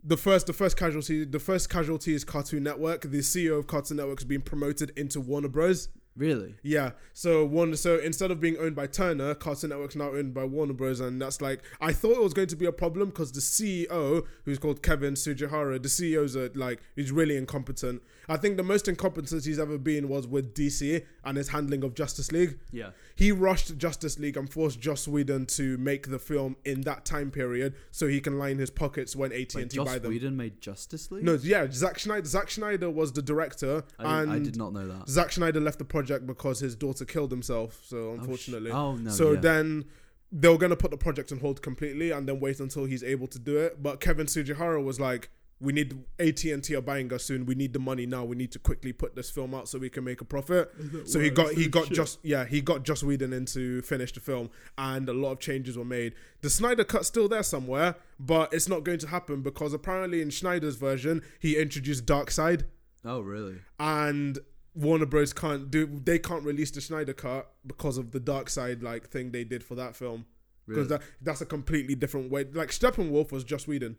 B: the first, the first E casualty, the first casualty is Cartoon Network. The CEO of Cartoon Network has been promoted into Warner Bros.
A: Really?
B: Yeah. So one. So instead of being owned by Turner, Cartoon Network's now owned by Warner Bros. And that's like I thought it was going to be a problem because the CEO, who's called Kevin Sujihara, the CEO's a, like he's really incompetent. I think the most incompetent he's ever been was with DC and his handling of Justice League.
A: Yeah.
B: He rushed Justice League and forced Joss Whedon to make the film in that time period so he can line his pockets when AT&T
A: Like,
B: buy
A: Joss
B: them.
A: Whedon made Justice League.
B: No, yeah, Zack Schneider. Zack Schneider was the director,
A: I, didn't- I
B: and
A: did not know that. Oh,
B: Zack Schneider left the project because his daughter killed himself. So
A: Oh, sh-
B: unfortunately,
A: Oh, no.
B: so
A: yeah.
B: then they were gonna put the project on hold completely and then wait until he's able to do it. But Kevin Sujihara was like, "We need AT and T are buying us soon. We need the money now. We need to quickly put this film out so we can make a profit." So he got he got just yeah he got Joss Whedon in to finish the film, and a lot of changes were made. The Snyder cut's still there somewhere, but it's not going to happen because apparently in Schneider's version he introduced Darkseid
A: Oh, really?
B: and Warner Bros can't do they can't release the Schneider cut because of the dark side like thing they did for that film
A: Really?
B: because that that's a completely different way like Steppenwolf was just Whedon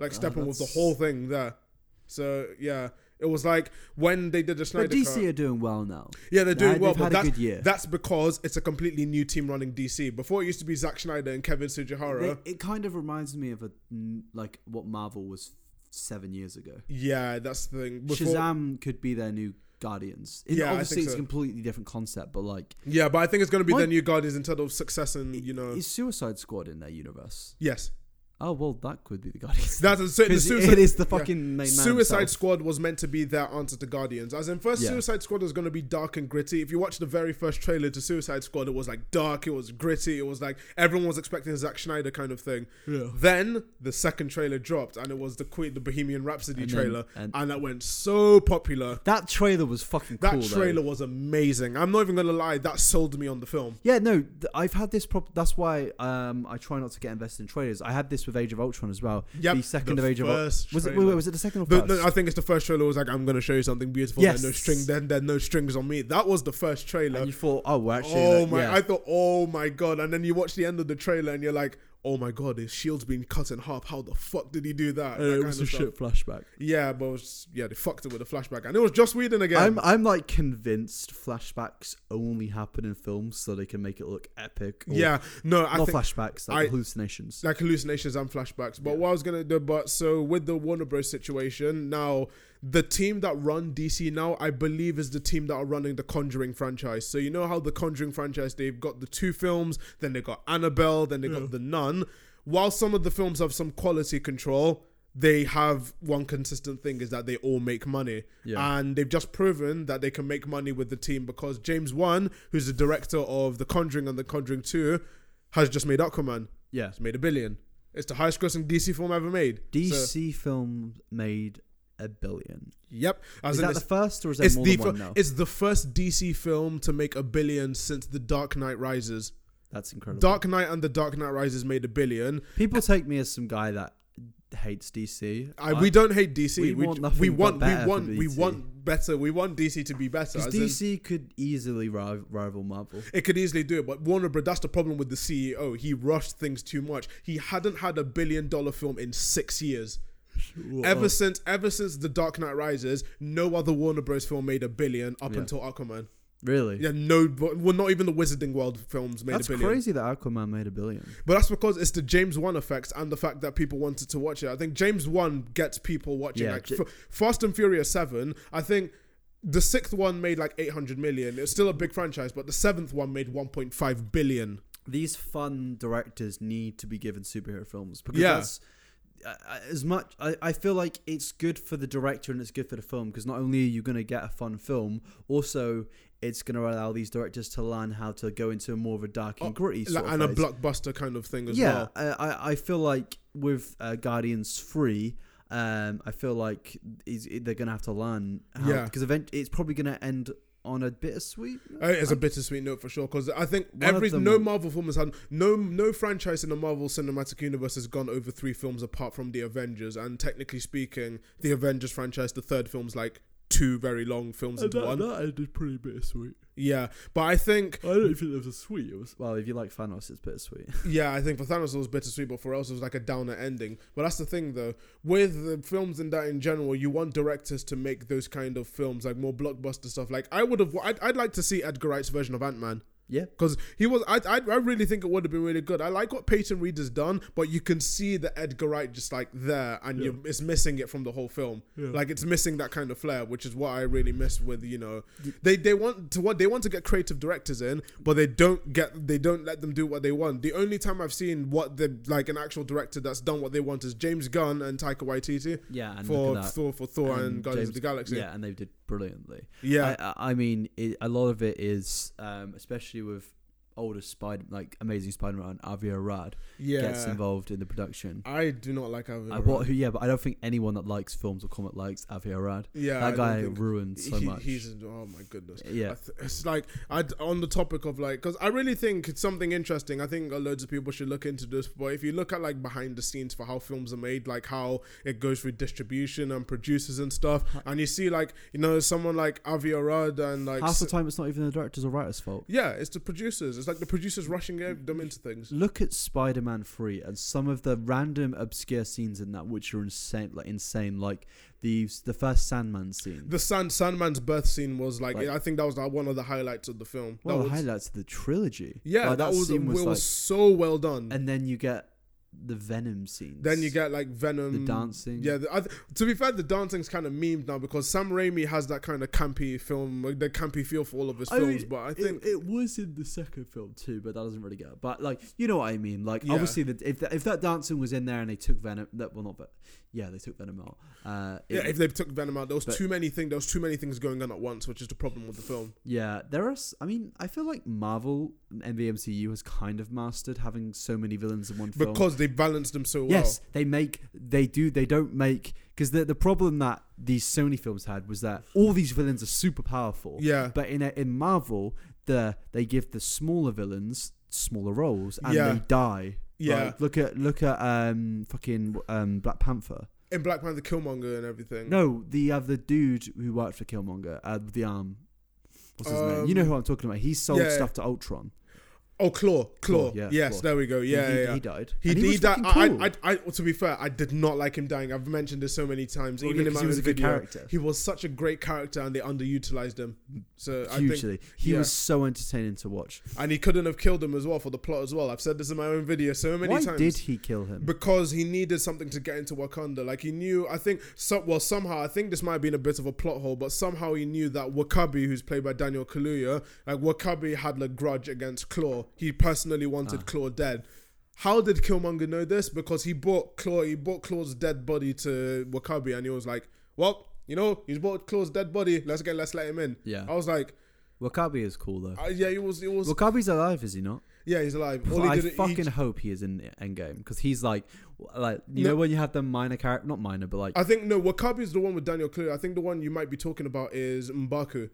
B: like
A: Ah,
B: Steppenwolf the
A: that's-
B: whole thing there so yeah it was like when they did the Schneider
A: but DC
B: cut
A: are doing well now.
B: yeah they're doing
A: Nah,
B: well
A: they've had
B: but
A: a
B: that's,
A: good year.
B: that's because it's a completely new team running DC before it used to be Zack Schneider and Kevin Sujihara
A: They- it kind of reminds me of a like what Marvel was seven years ago.
B: yeah that's the thing before,
A: Shazam could be their new Guardians. It-
B: Yeah, I think
A: obviously it's
B: so.
A: a completely different concept, but like
B: yeah but I think it's going to be
A: My-
B: their new Guardians in terms of success and you know
A: is Suicide Squad in their universe?
B: yes
A: Oh well, that could be the Guardians.
B: that's a certain
A: Because
B: suicide
A: it is the
B: yeah.
A: fucking main man.
B: Suicide
A: himself.
B: Squad was meant to be their answer to Guardians. As in, first
A: Yeah.
B: Suicide Squad was going to be dark and gritty. If you watch the very first trailer to Suicide Squad, it was like dark, it was gritty, it was like everyone was expecting a Zack Schneider kind of thing. Then the second trailer dropped, and it was the Queen, the Bohemian Rhapsody
A: And then-
B: trailer,
A: and-
B: and that went so popular.
A: That trailer was fucking
B: That
A: cool. though.
B: trailer was amazing. I'm not even gonna lie, that sold me on the film.
A: Yeah, no, th- I've had this problem. That's why um, I try not to get invested in trailers. I had this with Age of Ultron as well.
B: Yep,
A: the second
B: the
A: of Age of Ultron.
B: first
A: Was it, wait,
B: trailer.
A: wait, was it the second or
B: The,
A: first?
B: no, I think it's the first trailer was like, I'm gonna show you something beautiful.
A: Yes.
B: Then no string, then then no strings on me. That was the first trailer.
A: and you thought, oh, we're actually.
B: oh
A: like,
B: my!
A: yeah.
B: I thought, oh my god! And then you watch the end of the trailer, and you're like, oh my god, his shield's been cut in half. How the fuck did he do that? That
A: Uh, it
B: kind
A: was
B: of
A: a
B: stuff.
A: shit flashback.
B: Yeah, but it was, yeah, they fucked it with a flashback, and it was Joss Whedon again.
A: I'm I'm like convinced flashbacks only happen in films so they can make it look epic. or-
B: yeah, no, I
A: oh, not
B: think
A: flashbacks, like
B: I-
A: hallucinations.
B: like hallucinations and flashbacks. But what I was gonna do, but so with the Warner Bros situation now, the team that run DC now, I believe, is the team that are running the Conjuring franchise. So you know how the Conjuring franchise, they've got the two films, then they got Annabelle, then they got the Nun. While some of the films have some quality control, they have one consistent thing is that they all make money.
A: Yeah.
B: And they've just proven that they can make money with the team because James Wan, who's the director of The Conjuring and The Conjuring 2, has just made Aquaman.
A: yeah,
B: It's made a billion. It's the highest grossing DC film ever made. So,
A: DC film made a billion.
B: yep. As
A: Is
B: in
A: that
B: it's,
A: the first or is there
B: it's
A: more
B: the
A: than one
B: fir-
A: now?
B: it's the first DC film to make a billion since The Dark Knight Rises.
A: That's incredible.
B: Dark Knight and The Dark Knight Rises made a billion.
A: People take me as some guy that hates DC.
B: I, we don't hate DC.
A: we
B: We
A: want
B: ju-
A: nothing
B: we
A: but
B: want we
A: better for
B: want we
A: DC.
B: want better. We want DC to be better.
A: because
B: as in-
A: DC could easily rival, rival Marvel.
B: It could easily do it, but Warner Bros. That's the problem with the CEO. He rushed things too much. He hadn't had a billion dollar film in six years. Ever since ever since The Dark Knight Rises, no other Warner Bros. film made a billion up
A: Yeah.
B: until Aquaman.
A: Really?
B: Yeah, no, well, not even the Wizarding World films made
A: That's
B: a billion.
A: crazy that Aquaman made a billion.
B: But that's because it's the James Wan effect and the fact that people wanted to watch it. I think James Wan gets people watching.
A: Yeah,
B: like
A: J-
B: F- Fast and Furious Seven, I think the sixth one made like 800 million. It's still a big franchise, but the seventh one made 1.5 billion.
A: These fun directors need to be given superhero films because
B: Yeah.
A: that's I- I- as much I, I feel like it's good for the director and it's good for the film because not only are you going to get a fun film also it's going to allow these directors to learn how to go into more of a dark and
B: Oh,
A: gritty sort
B: like,
A: of
B: and a
A: phase.
B: blockbuster kind of thing as
A: yeah,
B: well.
A: I, I- I feel like with uh, Guardians three, um, I feel like is, they're gonna have to learn. How,
B: Yeah.
A: because event it's probably gonna end on a bittersweet.
B: Uh, It's a bittersweet note for sure because I think
A: One of
B: every
A: them
B: no
A: will-
B: Marvel film has had no no franchise in the Marvel Cinematic Universe has gone over three films apart from the Avengers and technically speaking, the Avengers franchise, the third film's like two very long films into one.
A: ended pretty bittersweet.
B: Yeah, but I think
A: I don't think it was sweet. It was well, if you like Thanos, it's bittersweet.
B: yeah, I think for Thanos it was bittersweet, but for us it was like a downer ending. But that's the thing though, with the films in that in general, you want directors to make those kind of films like more blockbuster stuff. Like I would have, I'd, I'd like to see Edgar Wright's version of Ant Man.
A: yeah,
B: Because he was, I, I, I really think it would have been really good. I like what Peyton Reed has done, but you can see the Edgar Wright just like there, and you it's missing it from the whole film. Like it's missing that kind of flair, which is what I really miss with you know, they they want to what they want to get creative directors in, but they don't get they don't let them do what they want. The only time I've seen what the like an actual director that's done what they want is James Gunn and Taika Waititi
A: yeah, and
B: for
A: look at that.
B: Thor for Thor and, Guardians of the
A: James-
B: Galaxy. Yeah,
A: Yeah, and they did brilliantly.
B: yeah,
A: I, I- I mean, it, a lot of it is, um, especially with older Spider, like Amazing Spider-Man, Avia Rad gets involved in the production.
B: I do not like having.
A: I, what, who, yeah, but I don't think anyone that likes films or comic likes Avia Rad.
B: yeah,
A: that
B: I don't
A: guy
B: think-
A: ruined so
B: He-
A: much.
B: He's oh my goodness. I
A: yeah,
B: th- it's like I on the topic of like because I really think it's something interesting. I think uh, loads of people should look into this. But if you look at like behind the scenes for how films are made, like how it goes through distribution and producers and stuff, and you see like you know someone like Avi Arad and like
A: half the
B: s-
A: time it's not even the director's or writer's fault.
B: yeah, it's the producers. It's like the producers rushing them into things.
A: Look at Spider-Man Three and some of the random obscure scenes in that which are insane, like insane, like the the first Sandman scene.
B: The Sand Sandman's birth scene was like,
A: Like-
B: I think that was like, one of the highlights of the film.
A: one of
B: that
A: the
B: was,
A: highlights of the trilogy.
B: yeah,
A: Like,
B: that, was,
A: scene
B: was,
A: like-
B: so well done.
A: and then you get the Venom scenes.
B: Then you get like Venom,
A: The dancing.
B: Yeah, the, I th- to be fair, the dancing's kind of memed now because Sam Raimi has that kind of campy film, like, the campy feel for all of his
A: I mean,
B: films. but I think
A: Oh, it, it was in the second film too, but that doesn't really get. But like, you know what I mean? Like,
B: Yeah.
A: obviously, the, if that, if that dancing was in there and they took Venom, that well not, but yeah, they took Venom out. Uh, it-
B: yeah, if they took Venom out, there was
A: but-
B: too many things. There was too many things going on at once, which is the problem with the film.
A: yeah, there are. s- I mean, I feel like Marvel and the MCU has kind of mastered having so many villains in one film.
B: Because they balanced them so well.
A: Yes, they make they do they don't make because the the problem that these Sony films had was that all these villains are super powerful.
B: Yeah.
A: But in in Marvel, the they give the smaller villains smaller roles and
B: Yeah.
A: they die.
B: Yeah.
A: Like, look at look at um fucking um Black Panther.
B: In Black Panther, Killmonger, and everything.
A: No, the other dude who worked for Killmonger uh, with the arm. What's his name? You know
B: Um,
A: who I'm talking about. He sold
B: yeah.
A: stuff to Ultron.
B: Oh, Claw, Claw.
A: Claw, yeah,
B: yes,
A: Claw.
B: there we go. Yeah,
A: he,
B: yeah.
A: he-
B: yeah.
A: he died.
B: He,
A: And
B: he
A: was
B: died.
A: fucking
B: I,
A: cool.
B: I, I, I, well, to be fair, I did not like him dying. I've mentioned this so many times,
A: Well,
B: even
A: yeah, 'cause
B: in my
A: he was
B: own
A: a good
B: video.
A: character.
B: He was such a great character, and they underutilized him. So I think
A: hugely. he
B: yeah.
A: was so entertaining to watch.
B: and he couldn't have killed him as well for the plot as well. I've said this in my own video so many
A: Why
B: times.
A: did he kill him?
B: because he needed something to get into Wakanda. Like he knew, I think, so, well, somehow, I think this might have been a bit of a plot hole, but somehow he knew that Wakabi, who's played by Daniel Kaluuya, like Wakabi had a grudge against Claw. He personally
A: Ah.
B: wanted Claw dead. How did Killmonger know this? Because he bought Claw, he bought Claw's dead body to Wakabi, and he was like, "Well, you know, he's bought Claw's dead body. Let's get, let's let him in."
A: Yeah.
B: I was like,
A: Wakabi is cool though.
B: uh, "Yeah, he was, he was,
A: Wakabi's alive, is he not?
B: yeah, he's alive." All he
A: I
B: did- he-
A: fucking hope he is in the end game because he's like, like you
B: No.
A: know when you have the minor character, not minor, but like
B: I think no, Wakabi is the one with Daniel Kaluuya. I think the one you might be talking about is Mbaku.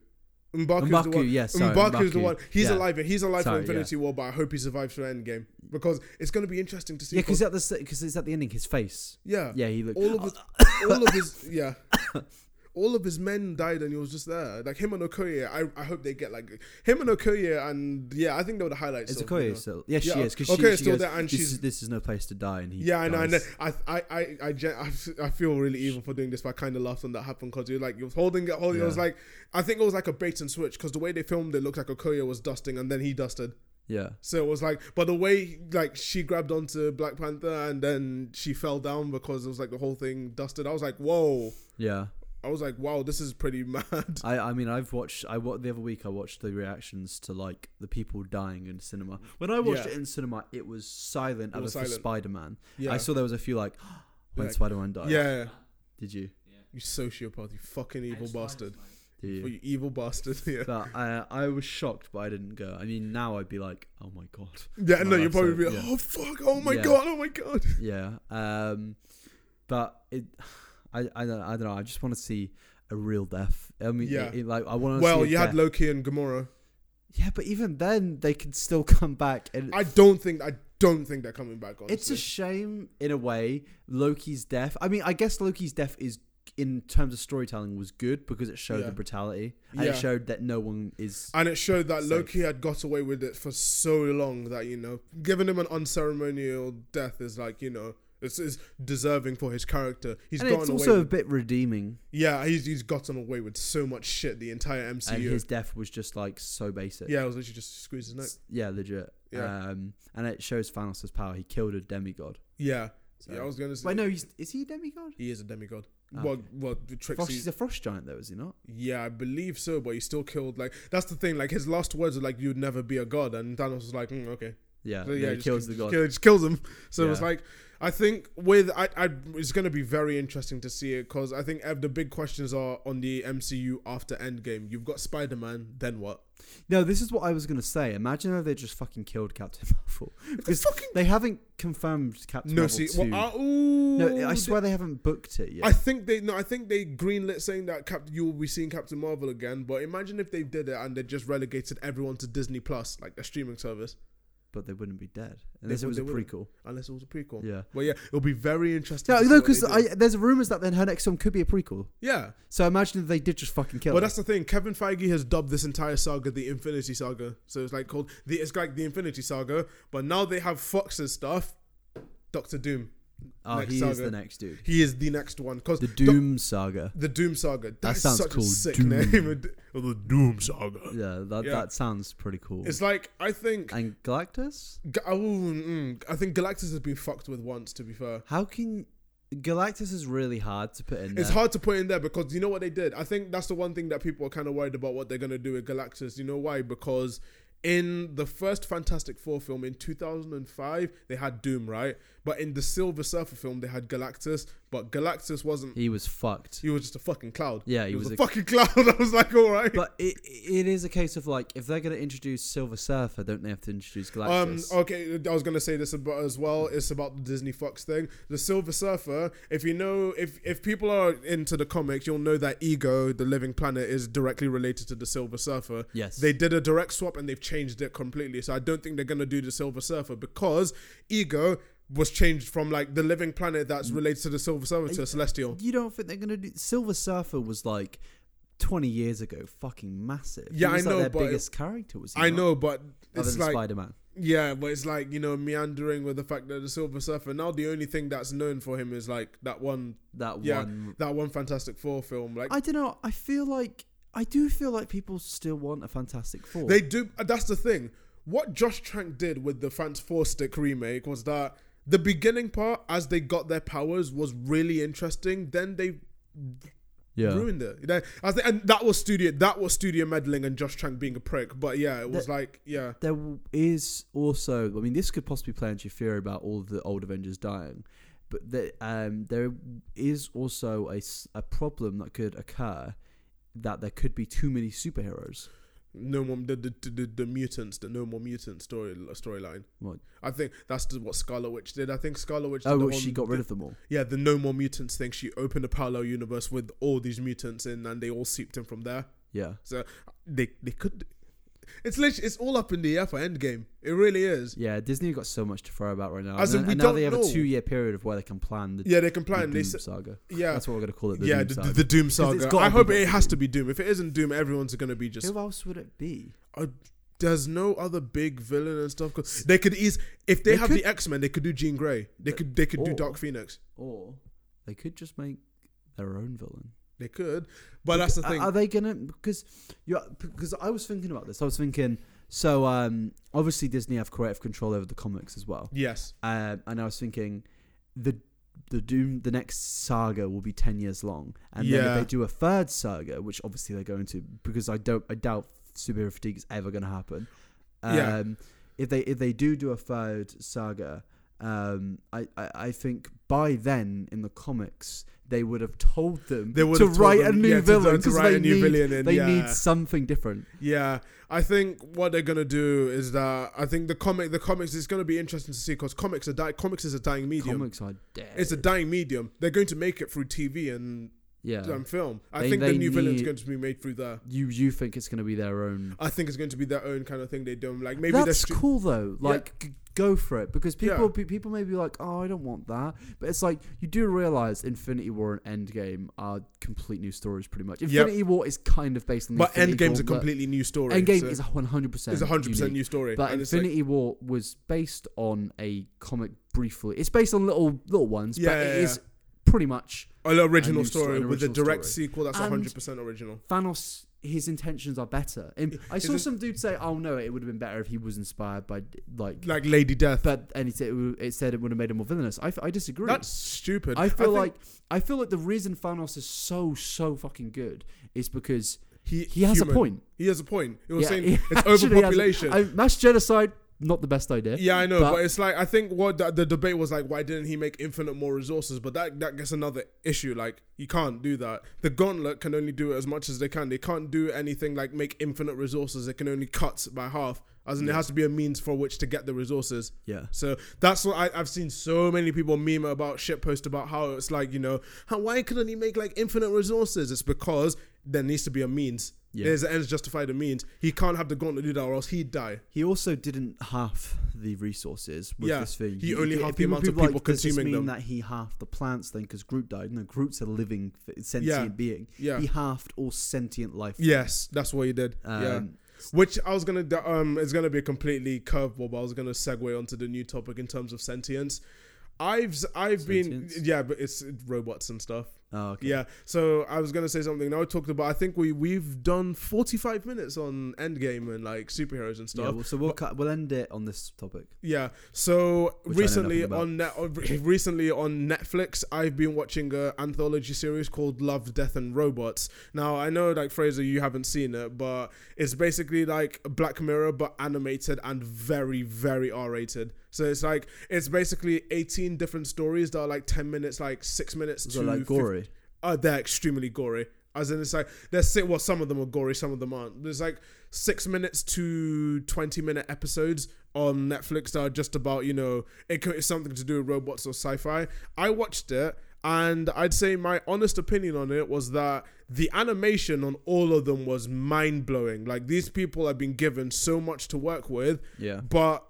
B: Mbaku, is the
A: M'Baku,
B: one.
A: yeah, sorry,
B: M'Baku is the
A: M'Baku.
B: one. He's
A: Yeah.
B: alive. He's alive for
A: Sorry,
B: Infinity War, but I hope he survives to Endgame because it's going to be interesting to see.
A: yeah, because at the because it's at the ending, his face.
B: yeah,
A: Yeah, he looked.
B: Uh, all of his, all of his, yeah. All of his men died, and he was just there. Like him and Okoye, I, I hope they get like him and Okoye, and yeah, I think they were the highlights.
A: It's
B: of,
A: Okoye
B: you know.
A: still. Yeah, she
B: Yeah,
A: is because
B: Okoye's
A: she, she
B: still
A: goes,
B: there and
A: this,
B: she's-
A: is, this is no place to die, and he
B: Yeah, I know, I know.
A: dies.
B: I, I, I, I, gen- I f- I feel really evil for doing this, but I kind of laughed when that happened because you're like, you're holding it, holding it. It was
A: Yeah.
B: like, I think it was like a bait and switch because the way they filmed it looked like Okoye was dusting and then he dusted.
A: Yeah,
B: So it was like, but the way like she grabbed onto Black Panther and then she fell down because it was like the whole thing dusted. I was like, whoa.
A: yeah.
B: I was like, wow, this is pretty mad.
A: I, I mean, I've watched. I wa- the other week I watched the reactions to like the people dying in cinema. When I watched
B: Yeah.
A: it in cinema, it was silent.
B: It was
A: other for
B: silent.
A: Spider Man.
B: Yeah.
A: I saw there was a few like when
B: Like,
A: Spider Man died.
B: yeah.
A: Did you?
B: You sociopath, you fucking evil bastard.
A: Did you?
B: Well, You evil bastard. Yeah.
A: But I, I was shocked, but I didn't go. I mean, now I'd be like, oh my god,
B: Yeah,
A: My
B: no, you'll
A: life's
B: probably be
A: over,
B: like,
A: yeah.
B: oh fuck, oh my
A: Yeah.
B: god, oh my god.
A: yeah. Um, but it, I, I don't, I don't know. I just want to see a real death. I mean,
B: Yeah.
A: it- it- like I want to.
B: Well,
A: see a
B: you had
A: death.
B: Loki and Gamora.
A: yeah, but even then, they can still come back, and
B: I don't think I don't think they're coming back. Honestly.
A: it's a shame in a way. Loki's death. I mean, I guess Loki's death is in terms of storytelling was good because it showed
B: Yeah.
A: the brutality and
B: Yeah.
A: it showed that no one is
B: And it showed that
A: Safe.
B: Loki had got away with it for so long that, you know, giving him an unceremonial death is like, you know, it's, it's deserving for his character. He's
A: and
B: gotten
A: it's
B: away
A: also a
B: with,
A: bit redeeming
B: Yeah, he's, he's gotten away with so much shit the entire MCU.
A: and his death was just like so basic
B: yeah, it was literally just squeeze his neck.
A: S- yeah legit
B: Yeah.
A: um and it shows thanos' power he killed a demigod
B: Yeah.
A: so.
B: Yeah, I was going to say.
A: wait no he's, is he a demigod
B: He is a demigod.
A: Ah,
B: Well,
A: okay.
B: well, the
A: frost,
B: Trixie.
A: he's a frost giant though is he not
B: Yeah, I believe so, but he still killed. Like that's the thing. Like his last words are like, "You'd never be a god," and Thanos was like, mm, "Okay,
A: yeah,
B: So,
A: yeah, he
B: just-
A: kills the
B: just
A: god
B: kill- just kills him. So it's
A: Yeah.
B: like, I think with I, I it's going to be very interesting to see it because I think ev- the big questions are on the MCU after Endgame. You've got Spider Man, then what?
A: No, this is what I was gonna say. Imagine if they just fucking killed Captain Marvel because they haven't confirmed Captain
B: No,
A: Marvel
B: see,
A: 2.
B: well, uh, ooh,
A: no, I swear they haven't booked it yet.
B: I think they no, I think they greenlit saying that Cap- you will be seeing Captain Marvel again. But imagine if they did it and they just relegated everyone to Disney Plus, like a streaming service,
A: but they wouldn't be dead unless
B: would-
A: it was
B: they
A: a
B: wouldn't.
A: prequel.
B: unless it was a prequel.
A: Yeah.
B: Well, yeah, it'll be very interesting.
A: No,
B: to see
A: no,
B: what they
A: because
B: do.
A: there's rumors that then her next film could be a prequel.
B: yeah.
A: So imagine if they did just fucking kill.
B: Well,
A: her.
B: that's the thing. Kevin Feige has dubbed this entire saga the Infinity Saga, so it's like called the it's like the Infinity Saga. But now they have Fox's stuff, Doctor Doom.
A: oh,
B: next
A: he is the
B: saga.
A: next dude.
B: He is the next one because
A: The Doom Saga.
B: the Doom Saga. That,
A: That
B: is
A: sounds
B: such
A: cool,
B: a sick
A: Doom.
B: name. the Doom Saga.
A: Yeah, that
B: Yeah.
A: that sounds pretty cool.
B: It's like I think
A: and Galactus?
B: Ga- oh, mm, I think Galactus has been fucked with once. To be fair,
A: How can Galactus is really hard to put in there.
B: it's hard to put in there because you know what they did. I think that's the one thing that people are kind of worried about what they're gonna do with Galactus. You know why? Because in the first Fantastic Four film in 2005, they had Doom, right? But in the Silver Surfer film, they had Galactus. But Galactus wasn't.
A: He was fucked.
B: He was just a fucking cloud.
A: Yeah,
B: he,
A: he
B: was,
A: was
B: a, fucking cloud. I was like, all right.
A: But it it is a case of like if they're gonna introduce Silver Surfer, don't they have to introduce
B: Um,
A: Galactus?
B: okay, I was gonna say this about as well. It's about the Disney Fox thing. The Silver Surfer. If you know, if if people are into the comics, you'll know that Ego, the Living Planet, is directly related to the Silver Surfer.
A: yes,
B: They did a direct swap and they've changed it completely. So I don't think they're gonna do the Silver Surfer because Ego was changed from like the Living Planet that's related to the Silver Surfer to a Celestial.
A: Mm. You don't think they're gonna do Silver Surfer was like twenty years ago, fucking massive. He
B: Yeah, I
A: was, like,
B: know,
A: Their
B: but-
A: biggest character was. he
B: I
A: not?
B: know,
A: Other
B: but it's
A: than
B: like
A: Spider Man.
B: Yeah, but it's like, you know, meandering with the fact that the Silver Surfer now the only thing that's known for him is like that one
A: That
B: yeah.
A: one.
B: that one Fantastic Four film. Like
A: I don't know. I feel like I do feel like people still want a Fantastic Four.
B: they do uh, that's the thing. What Josh Trank did with the Fant Four Stick remake was that the beginning part as they got their powers was really interesting. Then they
A: yeah.
B: ruined it. They- as they- and that was studio that was studio meddling and Josh Trank being a prick. But yeah, it was
A: The-
B: like yeah.
A: there w- is also, I mean, this could possibly play into your theory about all of the old Avengers dying, but the, um, there is also a, s- a problem that could occur that there could be too many superheroes.
B: No more the the, the, the mutants, the no more mutant story storyline.
A: What?
B: I think that's the, what Scarlet Witch did. I think Scarlet Witch.
A: Oh,
B: did
A: well,
B: the
A: she
B: one-
A: got rid of them all.
B: Yeah, the no more mutants thing. She opened a parallel universe with all these mutants in, and they all seeped in from there.
A: Yeah.
B: So they they could. It's literally it's all up in the air for Endgame. It really is.
A: Yeah, Disney have got so much to throw about right now.
B: As
A: and
B: in,
A: then-
B: we
A: and now
B: don't
A: they have
B: know.
A: a two year period of where they can plan the,
B: Yeah, they can
A: the
B: plan. They
A: Doom
B: said,
A: Saga.
B: yeah,
A: That's what we're going to call it. The
B: yeah,
A: Doom
B: the,
A: Saga.
B: the Doom
A: it's
B: saga.
A: gotta
B: I
A: be
B: hope
A: Doctor
B: it has to be Doom. If it isn't Doom, everyone's gonna be just.
A: Who else would it be?
B: Uh, there's no other big villain and stuff. 'cause they could ease if they,
A: They
B: have
A: could- Oh.
B: the X Men, they could do Jean Grey. They
A: Th-
B: could they could do
A: or-
B: Dark Phoenix.
A: Or they could just make their own villain.
B: They could, but that's the
A: Are-
B: thing.
A: Are they gonna because you because I was thinking about this. I was thinking so um obviously Disney have creative control over the comics as well.
B: yes,
A: Um, and I was thinking the the Doom the next saga will be ten years long, and then
B: Yeah.
A: if they do a third saga, which obviously they're going to because I don't I doubt superhero fatigue is ever going to happen. Um,
B: Yeah.
A: If they if they do do a third saga, um, I, I I think by then in the comics they would have told them
B: They would
A: to
B: have told
A: write a
B: them,
A: new
B: yeah, to-
A: villain
B: to
A: because
B: write
A: they
B: a new
A: need
B: villain in,
A: they
B: yeah.
A: need something different.
B: yeah. I think what they're gonna do is that I think the comic, the comics is gonna be interesting to see because comics are di- comics is a dying medium.
A: Comics are dead.
B: It's a dying medium. They're going to make it through TV and
A: yeah.
B: um, film. I
A: They-
B: think the
A: they
B: new villain's
A: need-
B: going to be made through there.
A: You you think it's going to be their own?
B: I think it's going to be their own kind of thing they do. Like maybe they're
A: That's
B: stu-
A: cool though.
B: Yeah.
A: Like g- go for it because
B: Yeah.
A: people pe- people may be like, oh, I don't want that, but it's like you do realize Infinity War and Endgame are complete new stories, pretty much. Infinity War is kind of based on. The
B: but
A: Infinity
B: Endgame's a
A: Gauntlet.
B: completely new story.
A: Endgame
B: so
A: is one hundred percent.
B: it's a hundred percent new story.
A: But
B: and it's like-
A: Infinity War was based on a comic briefly. It's based on little little ones,
B: Yeah,
A: but it is
B: yeah, yeah.
A: pretty much
B: an original
A: new sto-
B: story
A: an
B: with a
A: original
B: direct
A: story.
B: sequel that's
A: And-
B: 100% original.
A: Thanos. His intentions are better. And I saw
B: Isn't-
A: some dude say, "Oh no, it would have been better if he was inspired by like."
B: Like Lady Death.
A: But and he said it, would- it said it would have made him more villainous. I, f- I disagree.
B: That's stupid.
A: I feel
B: think
A: like I feel like the reason Thanos is so so fucking good is because
B: he,
A: he has a
B: human.
A: point.
B: He has a point. He was
A: Yeah,
B: saying
A: he
B: it's
A: actually has a-
B: overpopulation.
A: I- mass genocide, not the best idea.
B: yeah, I know, but,
A: but-
B: it's like I think what the, the debate was like. Why didn't he make infinite more resources? But that that gets another issue. Like you can't do that. The gauntlet can only do it as much as they can. They can't do anything like make infinite resources. It can only cut by half. As in, there has to be a means for which to get the resources.
A: Yeah.
B: So that's what I, I've seen so many people meme about shitpost about how it's like, you know, how, why couldn't he make like infinite resources? It's because there needs to be a means.
A: Yeah.
B: There's ends justify the means. He can't have the gauntlet do that or else he'd die.
A: He also didn't half the resources with
B: Yeah,
A: this thing.
B: he only halved the
A: people-
B: amount of
A: people are
B: people
A: like, does this
B: consuming
A: mean
B: them?"
A: that he halved the plants thing because Groot died. No, Groot's a living f- sentient
B: Yeah,
A: being.
B: yeah.
A: He halved all sentient life.
B: Yes, that's what he did. yeah.
A: Um,
B: Which I was gonna do- um it's gonna be a completely curveball, but I was gonna segue onto the new topic in terms of sentience. I've s- I've been
A: Sentience?
B: yeah, but it's robots and stuff.
A: Oh, okay.
B: Yeah. So I was gonna say something. Now I talked about. I think we we've done forty five minutes on Endgame and like superheroes and
A: Yeah,
B: stuff.
A: well, so we'll cut, we'll end it on this topic.
B: Yeah. So
A: Which I know
B: recently
A: nothing
B: on net, uh, recently on Netflix, I've been watching a anthology series called Love, Death, and Robots. Now I know, like Fraser, you haven't seen it, but it's basically like Black Mirror, but animated and very, very R-rated. So it's like it's basically eighteen different stories that are like ten minutes, like six minutes
A: So
B: to
A: like
B: 15
A: gory.
B: uh, they're extremely gory. As in, it's like there's six. Well, some of them are gory, some of them aren't. There's like six minutes to twenty minute episodes on Netflix that are just about you know it could it's something to do with robots or sci-fi. I watched it, and I'd say my honest opinion on it was that the animation on all of them was mind blowing. Like these people have been given so much to work with,
A: Yeah.
B: but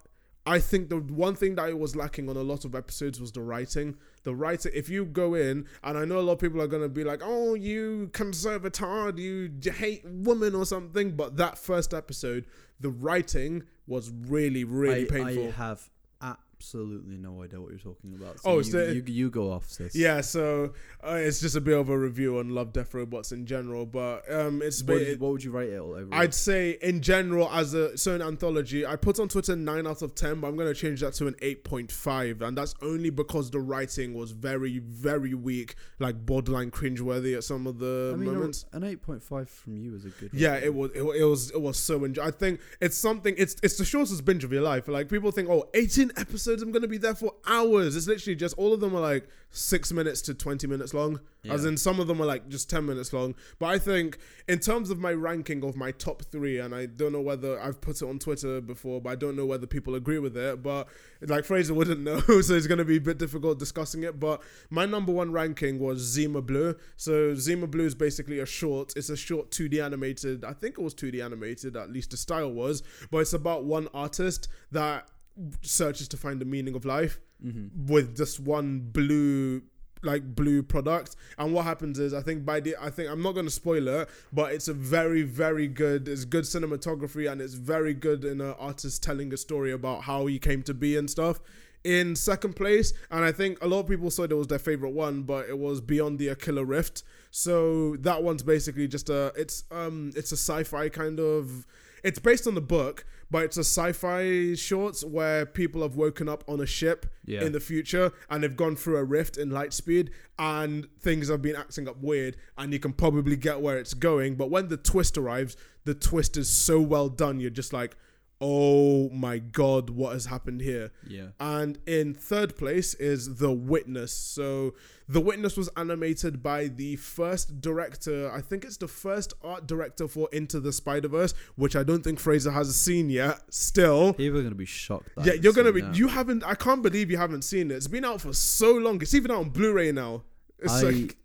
B: I think the one thing that I was lacking on a lot of episodes was the writing. The writing, if you go in, and I know a lot of people are going to be like, oh, you conservatard, you j- hate women or something. But that first episode, the writing was really,
A: I,
B: really painful.
A: I have absolutely no idea what you're talking about. So
B: Oh,
A: oh, you,
B: it's the-
A: you, you go off, sis.
B: yeah, so uh, it's just a bit of a review on Love, Death, Robots in general. But um, it's
A: What,
B: been-
A: would you, what would you rate it all over?
B: I'd say in general as a so an anthology, I put on Twitter nine out of ten, but I'm gonna change that to an eight point five, and that's only because the writing was very, very weak, like borderline cringeworthy at some of the
A: I mean, a-
B: moments.
A: an 8.5 from you is a good.
B: Yeah,
A: rating.
B: it was it, wa- it was it was so enjoy. I think it's something. It's it's the shortest binge of your life. Like people think, oh, 18 episodes. I'm gonna be there for hours. It's literally just all of them are like six minutes to 20 minutes long. As
A: Yeah.
B: in some of them are like just 10 minutes long. But I think in terms of my ranking of my top three, and I don't know whether I've put it on Twitter before, but I don't know whether people agree with it. But like Fraser wouldn't know, so it's gonna be a bit difficult discussing it. But my number one ranking was Zima Blue. So Zima Blue is basically a short. It's a short 2D animated. I think it was 2D animated. At least the style was. But it's about one artist that searches to find the meaning of life
A: Mm-hmm.
B: with just one blue like blue product and what happens is i think by the i think i'm not going to spoil it but it's a very very good it's good cinematography and it's very good in an artist telling a story about how he came to be and stuff in second place and i think a lot of people said it was their favorite one but it was beyond the Aquila rift so that one's basically just a it's um it's a sci-fi kind of it's based on the book but it's a sci-fi shorts where people have woken up on a ship
A: Yeah.
B: in the future and they've gone through a rift in light speed and things have been acting up weird and you can probably get where it's going but when the twist arrives the twist is so well done you're just like oh my god what has happened here
A: Yeah.
B: and in third place is The Witness. So The Witness was animated by the first director, I think it's the first art director for Into the Spider-Verse, which I don't think Fraser has seen yet. Still.
A: People are gonna be shocked. that I
B: yeah,
A: haven't
B: you're gonna
A: seen
B: be
A: that.
B: you haven't I can't believe you haven't seen it. It's been out for so long. It's even out on Blu-ray now. It's
A: I,
B: like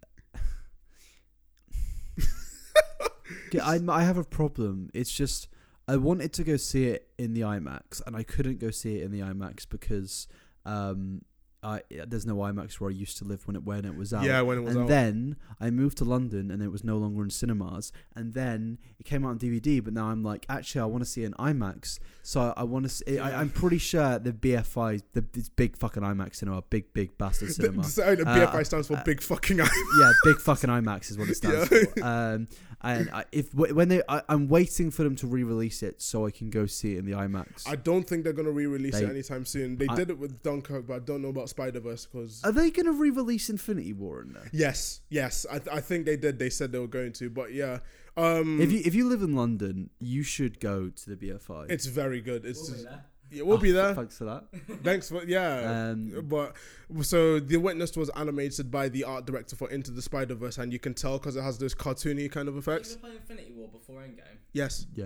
A: Yeah, I, I have a problem. It's just I wanted to go see it in the IMAX, and I couldn't go see it in the IMAX because um, I there's no IMAX where I used to live when it when it was out.
B: yeah, when it was
A: and
B: out.
A: then I moved to London, and it was no longer in cinemas. And then it came out on DVD, but now I'm like, actually, I want to see it in IMAX. So I want to. See, I, I'm pretty sure the BFI, the this big fucking IMAX cinema, big big bastard
B: The-
A: cinema.
B: so the
A: Uh,
B: BFI stands for
A: uh,
B: big fucking eye.
A: yeah, big fucking IMAX is what it stands
B: Yeah.
A: for. Um, and I, if wh- when they, I, I'm waiting for them to re-release it so I can go see it in the IMAX.
B: I don't think they're gonna re-release
A: They-
B: it anytime soon. They
A: I- Uh,
B: did it with Dunkirk, but I don't know about Spider Verse because.
A: Are they gonna re-release Infinity War in there?
B: Yes, yes, I, th- I think they did. They said they were going to, but yeah, um,
A: If you if you live in London, you should go to the BFI.
B: it's very good. It's
C: We'll be
B: just,
C: there.
B: yeah, we'll be
A: Oh,
B: there.
A: Thanks for that.
B: Thanks for yeah.
A: Um,
B: but so the witness was animated by the art director for Into the Spider Verse, and you can tell because it has those cartoony kind of
C: Did
B: effects.
C: we play Infinity War before Endgame?
B: Yes,
A: yeah,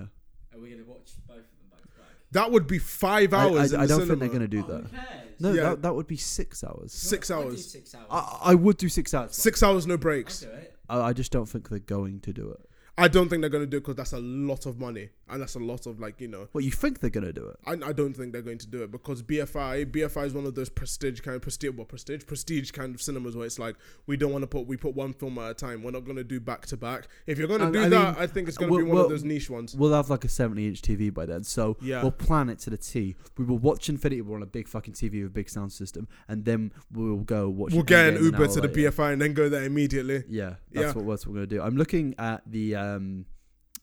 C: Are we going to watch both of them back to back?
B: that would be five
A: I, I,
B: hours.
A: I
B: in the
A: don't
B: cinema.
A: think they're gonna do
C: Oh,
A: that.
C: Who cares?
A: No,
B: Yeah.
A: that, that would be six hours.
B: Six
C: I do
B: hours,
C: six hours.
A: I, I would do six hours.
B: six hours, no
C: I'll
B: breaks.
C: do it.
A: I, I just don't think they're going to do it.
B: I don't think they're gonna do it because that's a lot of money and that's a lot of like you know.
A: Well, you think they're gonna do it?
B: I, I don't think they're going to do it because BFI BFI is one of those prestige kind of prestige well, prestige prestige kind of cinemas where it's like we don't want to put we put one film at a time. We're not going to do back to back. If you're going to
A: And
B: do
A: I
B: that,
A: mean,
B: I think it's going to
A: well-
B: be one
A: well-
B: of those niche ones.
A: We'll have like a 70 inch TV by then, so
B: Yeah.
A: we'll plan it to the T. We will watch Infinity War on a big fucking TV with a big sound system, and then we'll go watch.
B: We'll get
A: Endgame
B: an Uber
A: hour
B: to the
A: later.
B: BFI and then go there immediately.
A: Yeah, that's
B: Yeah.
A: what that's what we're gonna do. I'm looking at the um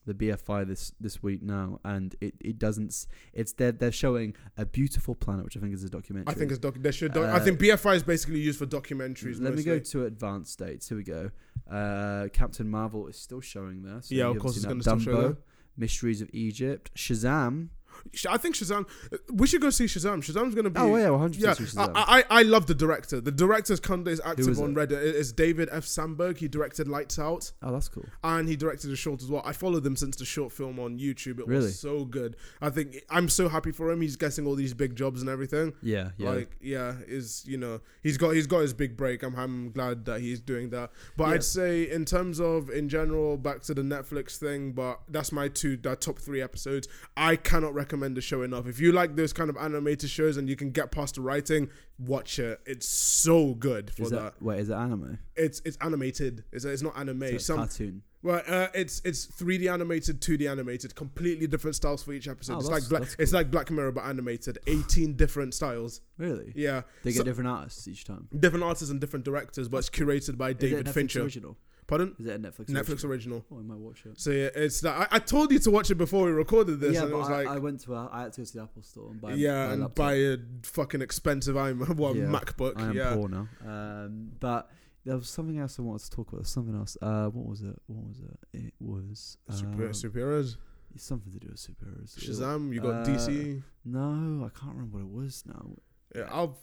A: the BFI this this week now, and it it doesn't. s- It's they're they're showing a beautiful planet, which I think is a documentary.
B: I think it's doc. They should. Doc- I
A: Uh,
B: think BFI is basically used for documentaries.
A: Let me go
B: mostly.
A: to advanced states. Here we go. Uh, Captain Marvel is still showing there. So
B: Yeah,
A: you
B: of
A: haven't
B: course
A: seen
B: it's going
A: that.
B: to still show
A: Dumbo,
B: there.
A: Mysteries of Egypt, Shazam.
B: Sh- I think Shazam. We should go see Shazam. Shazam's going to be.
A: Oh yeah, Ah, 100%
B: Yeah,
A: Shazam.
B: I, I I love the director. The director's currently is active
A: is
B: on
A: it?
B: Reddit. It is David F. Sandberg. He directed Lights Out.
A: oh, that's cool.
B: and he directed a short as well. I followed him since the short film on YouTube. It
A: Really?
B: was so good. I think I'm so happy for him. He's getting all these big jobs and everything.
A: Yeah, yeah.
B: Like yeah, is you know he's got he's got his big break. I'm I'm glad that he's doing that. But
A: Yeah.
B: I'd say in terms of in general back to the Netflix thing. But that's my two that top three episodes. I cannot recommend the show enough. If you like those kind of animated shows and you can get past the writing, watch it. It's so good for
A: Is
B: that.
A: that, wait, is it anime?
B: It's it's animated. It's it's not anime.
A: It's
B: Some
A: cartoon.
B: well, uh, it's it's 3D animated, 2D animated, completely different styles for each episode.
A: Oh,
B: it's
A: that's-
B: like black,
A: that's
B: it's
A: cool.
B: like Black Mirror but animated. 18 different styles.
A: Really?
B: Yeah,
A: They get
B: So-
A: different artists each time.
B: different artists and different directors, but it's curated by
A: Is it a
B: David
A: Netflix
B: Fincher.
A: Original?
B: Pardon?
A: Is it a Netflix?
B: Netflix
A: Original?
B: original.
A: Oh, I might watch it.
B: So yeah, it's that. I, I told you to watch it before we recorded this,
A: yeah,
B: and it
A: but
B: was
A: I,
B: like.
A: I went to a, I had to go to the Apple store and buy.
B: yeah,
A: buy a
B: and
A: laptop.
B: buy a fucking expensive I'm well,
A: Yeah, I
B: MacBook.
A: am
B: Yeah,
A: poor now. Um, but there was something else I wanted to talk about. Something else. Uh, what was it? What was it? It was
B: Super,
A: um,
B: superheroes.
A: it's something to do with superheroes. It-
B: Shazam. You got
A: uh,
B: DC.
A: No, I can't remember what it was now.
B: Yeah, I'll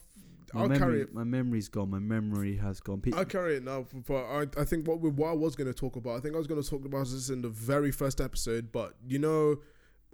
A: My
B: I'll
A: memory,
B: carry it
A: My memory's gone. My memory has gone. Pe-
B: I'll carry it now, but I, I think what we, what I was going to talk about, I think I was going to talk about this in the very first episode, but you know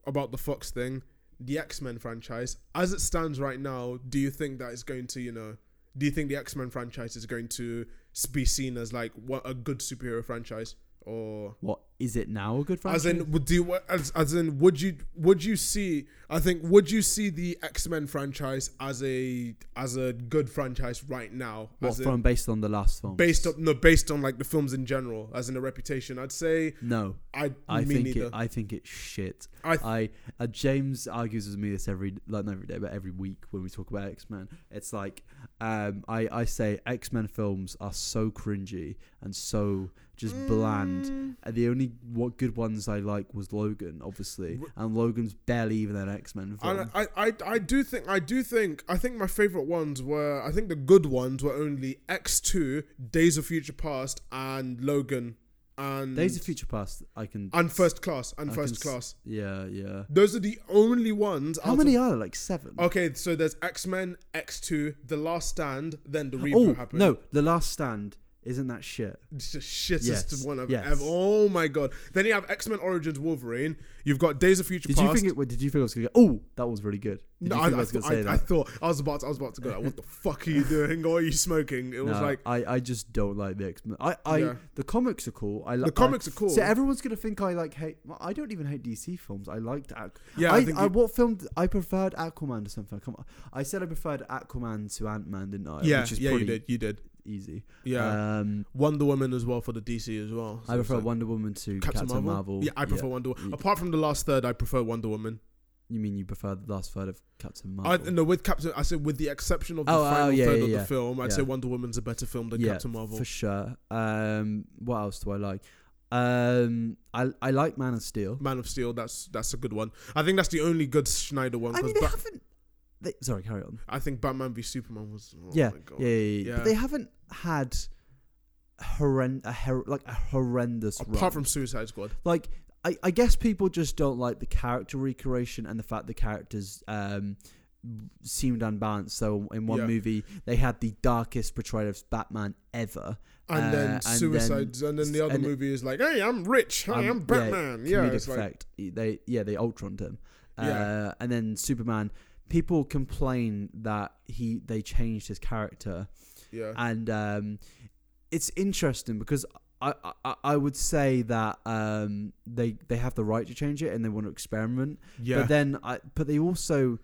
B: about the Fox thing, the X Men franchise, as it stands right now, do you think that is going to, you know, do you think the X Men franchise is going to s- be seen as like what a good superhero franchise or?
A: what is it now? A good franchise?
B: As in, would do you, as, as in, would you would you see? I think would you see the X Men franchise as a as a good franchise right now?
A: what
B: as in-
A: from based on the last film?
B: based on no based on like the films in general as in the reputation i'd say
A: No,
B: i,
A: I
B: me
A: think
B: neither
A: it. I think it's shit.
B: I-
A: I uh, James argues with me this every like not every day, but every week when we talk about X Men. It's like um, I I say X Men films are so cringy and so just bland.
B: Mm,
A: And the only what good ones I like was Logan, obviously,
B: Wh-
A: and Logan's barely even an X Men film.
B: and I, I i do think i do think i think my favorite ones were i think the good ones were only x2 days of future past and logan and
A: Days of Future Past, I can.
B: and first class and
A: I can
B: first
A: s-
B: class
A: Yeah, yeah.
B: those are the only ones
A: How
B: out
A: many
B: of,
A: are there? Like seven.
B: okay so there's x-men x2 the last stand then the reboot
A: oh
B: happened
A: no, The Last Stand, Isn't that shit?
B: It's the shittest
A: Yes,
B: one I've
A: yes.
B: ever. Oh my god! Then you have X Men Origins Wolverine. You've got Days of Future
A: Did
B: Past.
A: you think it? What, did you think I was gonna go? Oh, that was really good. Did
B: no,
A: you
B: I,
A: think
B: I,
A: I, was gonna
B: I-
A: say that?
B: I thought I was about. I was about to go. Like, what the fuck are you doing? Or are you smoking? It was
A: No,
B: like
A: I, I just don't like the X Men. I, I
B: Yeah.
A: the comics are cool. I li-
B: the comics are cool.
A: So everyone's gonna think I like hate. Well, I don't even hate DC films. I liked Aqu-
B: yeah,
A: I,
B: I,
A: I,
B: think you-
A: what film d- I preferred Aquaman to something. Come on, I said I preferred Aquaman to Ant Man, didn't I?
B: yeah,
A: which is
B: yeah,
A: pretty
B: you did, you did.
A: easy.
B: Yeah,
A: um,
B: Wonder Woman as well for the DC as well. So
A: I
B: it's
A: prefer
B: like
A: Wonder Woman to Captain, Marvel.
B: Yeah, I prefer Wonder Woman.
A: Yeah.
B: Apart from the last third, I prefer Wonder Woman.
A: You mean you prefer the last third of Captain
B: I,
A: Marvel?
B: no, with Captain, I said with the exception of the
A: Oh, oh,
B: final
A: yeah,
B: third
A: yeah,
B: of
A: yeah.
B: the film, I'd
A: Yeah.
B: say Wonder Woman's a better film than
A: Yeah,
B: Captain Marvel.
A: for sure. Um, what else do I like? Um, I I like Man of Steel.
B: Man of Steel, that's that's a good one. I think that's the only good Schneider one.
A: I
B: 'cause
A: mean, they
B: Ba-
A: haven't. They, sorry, carry on.
B: I think Batman v Superman was. Oh
A: yeah,
B: my God.
A: yeah, yeah, yeah,
B: Yeah.
A: But they haven't had horrend- a hor- like a horrendous
B: Apart
A: run.
B: from Suicide Squad,
A: like I, I guess people just don't like the character recreation and the fact the characters um seemed unbalanced so in one
B: Yeah.
A: movie they had the darkest portrayal of batman ever
B: and
A: Uh,
B: then
A: and
B: Suicide, and then the other
A: and-
B: movie is like, "Hey, I'm rich.
A: Um,
B: Hey, I'm Batman." Yeah,
A: comedic
B: it's like,
A: effect they yeah they ultroned him
B: Yeah.
A: uh, and then superman people complain that he they changed his character
B: yeah,
A: and um, it's interesting because I, I I would say that um they they have the right to change it and they want to experiment.
B: yeah,
A: But then I but they also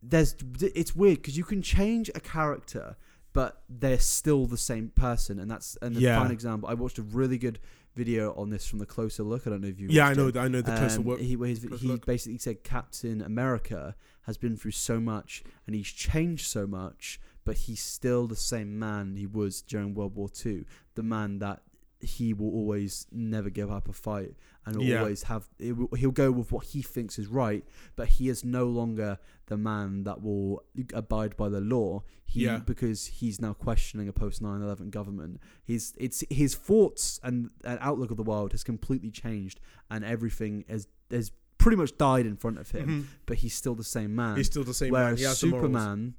A: there's it's weird because you can change a character but they're still the same person and that's and a
B: Yeah.
A: fine example. I watched a really good video on this from the closer look. I don't know if you
B: yeah. I
A: watched
B: know,
A: it.
B: I know the closer
A: Um,
B: work.
A: He, where he's-
B: Close
A: he
B: look.
A: basically said Captain America has been through so much and he's changed so much, but he's still the same man he was during World War Two. The man that he will always never give up a fight and will
B: Yeah.
A: always have. It will, he'll go with what he thinks is right, but he is no longer the man that will abide by the law. He,
B: Yeah.
A: because he's now questioning a post 9-11 government. His it's his thoughts and, and outlook of the world has completely changed, and everything has has pretty much died in front of him.
B: Mhm.
A: But he's still the same man.
B: He's still the same. man.
A: Whereas
B: He has the morals.
A: Superman,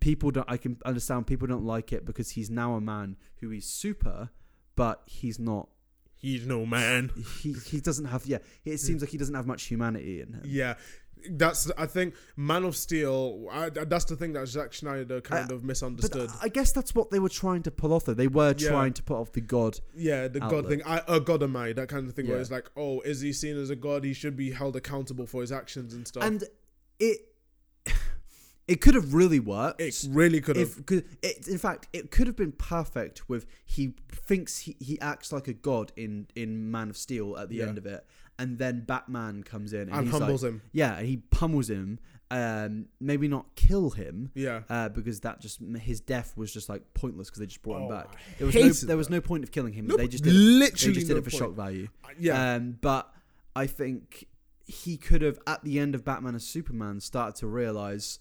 A: people don't. I can understand people don't like it because he's now a man who is super, but he's not.
B: He's no man.
A: He he doesn't have. Yeah, it seems like he doesn't have much humanity in him.
B: Mm. Yeah, that's I think Man of Steel. I, that's the thing that Zack Schneider kind
A: I-
B: of
A: Uh, But
B: misunderstood.
A: I guess that's what they were trying to pull off. Though they were
B: Yeah.
A: trying to put off the god.
B: yeah, the
A: outlook.
B: God thing. I, a God am I? That kind of thing. Where
A: Yeah.
B: it's like, oh, is he seen as a god? He should be held accountable for his actions and stuff.
A: and it it could have really worked.
B: it really could have.
A: if, 'cause it, in fact, it could have been perfect with he thinks he, he acts like a god in in Man of Steel at the
B: Yeah.
A: end of it, and then Batman comes in and,
B: And
A: he's like-
B: humbles him.
A: yeah, and he pummels him. Um, maybe not kill him,
B: Yeah.
A: uh, because that just his death was just like pointless because they just brought him
B: Oh,
A: back.
B: I
A: There was no,
B: hated
A: there was no point of killing him.
B: No,
A: they just did it, they
B: literally
A: just did
B: no
A: it for
B: point.
A: shock value.
B: Yeah.
A: Um, but I think he could have, at the end of Batman and Superman, started to realize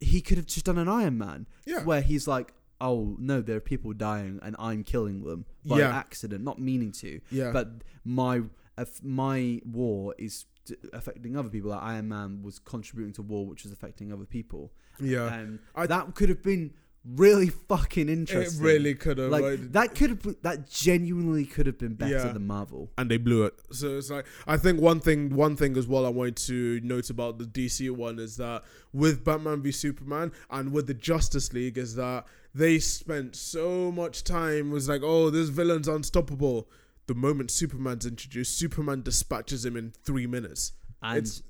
A: he could have just done an Iron Man,
B: Yeah.
A: where he's like, "Oh no, there are people dying, and I'm killing them by
B: Yeah. Uh.
A: accident, not meaning to.
B: yeah.
A: But my if my war is t- affecting other people. Like Iron Man was contributing to war, which was affecting other people.
B: yeah.
A: um,
B: Uh, I-
A: that could have been really fucking
B: it
A: interesting.
B: really could have.
A: like
B: Like,
A: that could have been- that genuinely could have been better
B: Yeah.
A: than Marvel.
B: and they blew it. So it's like I think one thing, one thing as well. I wanted to note about the DC one is that with Batman v Superman and with the Justice League is that they spent so much time was like, oh, this villain's unstoppable. The moment Superman's introduced, Superman dispatches him in three minutes.
A: And
B: It's-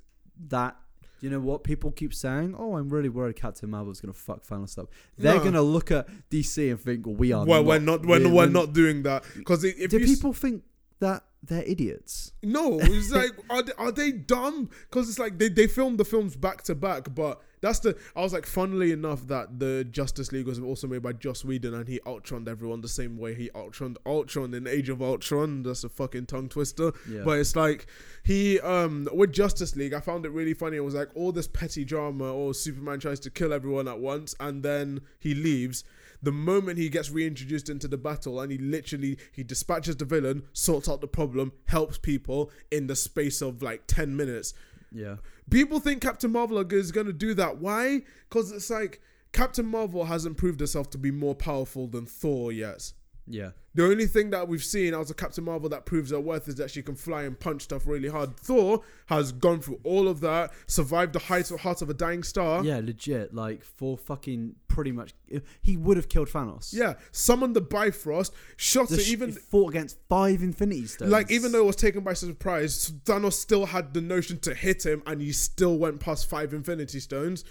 A: that, you know what? People keep saying, oh, I'm really worried Captain Marvel's going to fuck Thanos up. They're
B: No.
A: going to look at DC and think, well, we are
B: Well,
A: not.
B: we're not, we're, we're,
A: we're-
B: not doing that because if
A: Do
B: you s-
A: people think that they're idiots?
B: No, it's like are they, are they dumb? Because it's like they, they filmed the films back to back, but that's the I was like, funnily enough, that the Justice League was also made by Joss Whedon, and he outronned everyone the same way he outronned Ultron in Age of Ultron. That's a fucking tongue twister.
A: Yeah.
B: But it's like he um with Justice League, I found it really funny. It was like all this petty drama, or Superman tries to kill everyone at once, and then he leaves. The moment he gets reintroduced into the battle, and he literally he dispatches the villain, sorts out the problem, helps people in the space of like ten minutes.
A: Yeah.
B: People think Captain Marvel is going to do that. Why? Because it's like Captain Marvel hasn't proved herself to be more powerful than Thor yet.
A: Yeah.
B: The only thing that we've seen out of Captain Marvel that proves her worth is that she can fly and punch stuff really hard. Thor has gone through all of that, survived the heights of heart of a dying star.
A: Yeah, legit. Like for fucking pretty much, he would have killed Thanos.
B: Yeah, summoned the Bifrost, shot
A: The
B: it
A: sh-
B: even
A: he fought against five Infinity Stones.
B: like even though it was taken by surprise, Thanos still had the notion to hit him, and he still went past five Infinity Stones.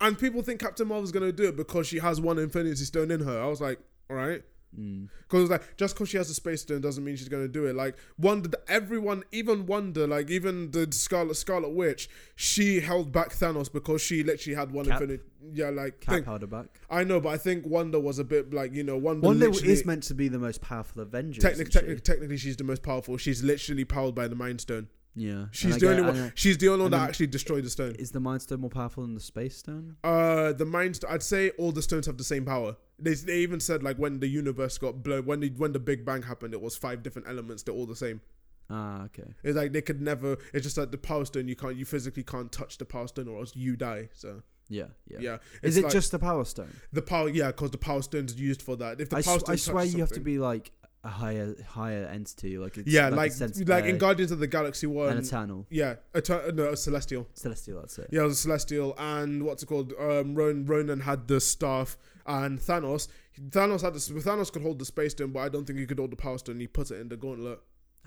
B: And people think Captain Marvel's gonna do it because she has one Infinity Stone in her. I was like, all right.
A: Mm.
B: Because like just because she has a space stone doesn't mean she's gonna do it. Like wondered everyone, even Wonder, like even the Scarlet Scarlet Witch, she held back Thanos because she literally had one
A: Cap.
B: infinite. Yeah, like
A: Cap
B: thing.
A: held her back.
B: I know, but I think Wonder was a bit like you know Wonder.
A: Wonder
B: literally-
A: is meant to be the most powerful Avenger.
B: Technic,
A: isn't she?
B: technic, technically, she's the most powerful. She's literally powered by the Mind Stone.
A: Yeah.
B: She's
A: And
B: the
A: I
B: only
A: get- I
B: one.
A: know-
B: She's the only one
A: and
B: that
A: then-
B: actually destroyed the stone.
A: Is the Mind Stone more powerful than the Space Stone?
B: Uh, the Mind. St- I'd say all the stones have the same power. They, they even said like when the universe got blown, when the when the Big Bang happened, it was five different elements. They're all the same.
A: Ah, okay.
B: It's like they could never. It's just like the Power Stone. You can't. You physically can't touch the Power Stone, or else you die. So
A: Yeah, yeah.
B: yeah,
A: Is
B: It's
A: it
B: like
A: just the Power Stone?
B: the power? Yeah, because the Power Stone's used for that. If the
A: I,
B: Power
A: sw-
B: Stone
A: I swear
B: touches
A: you have to
B: something-
A: be like a higher higher entity, like it's,
B: Yeah,
A: a
B: like
A: sense-
B: like, in
A: uh,
B: Guardians of the Galaxy one.
A: an eternal
B: yeah, Eter- no, Celestial.
A: celestial. That's it.
B: Yeah, it was a Celestial and what's it called? Um, Ron, Ronan had the staff and Thanos. Thanos had the, Thanos could hold the space stone, but I don't think he could hold the power stone. He put it in the gauntlet.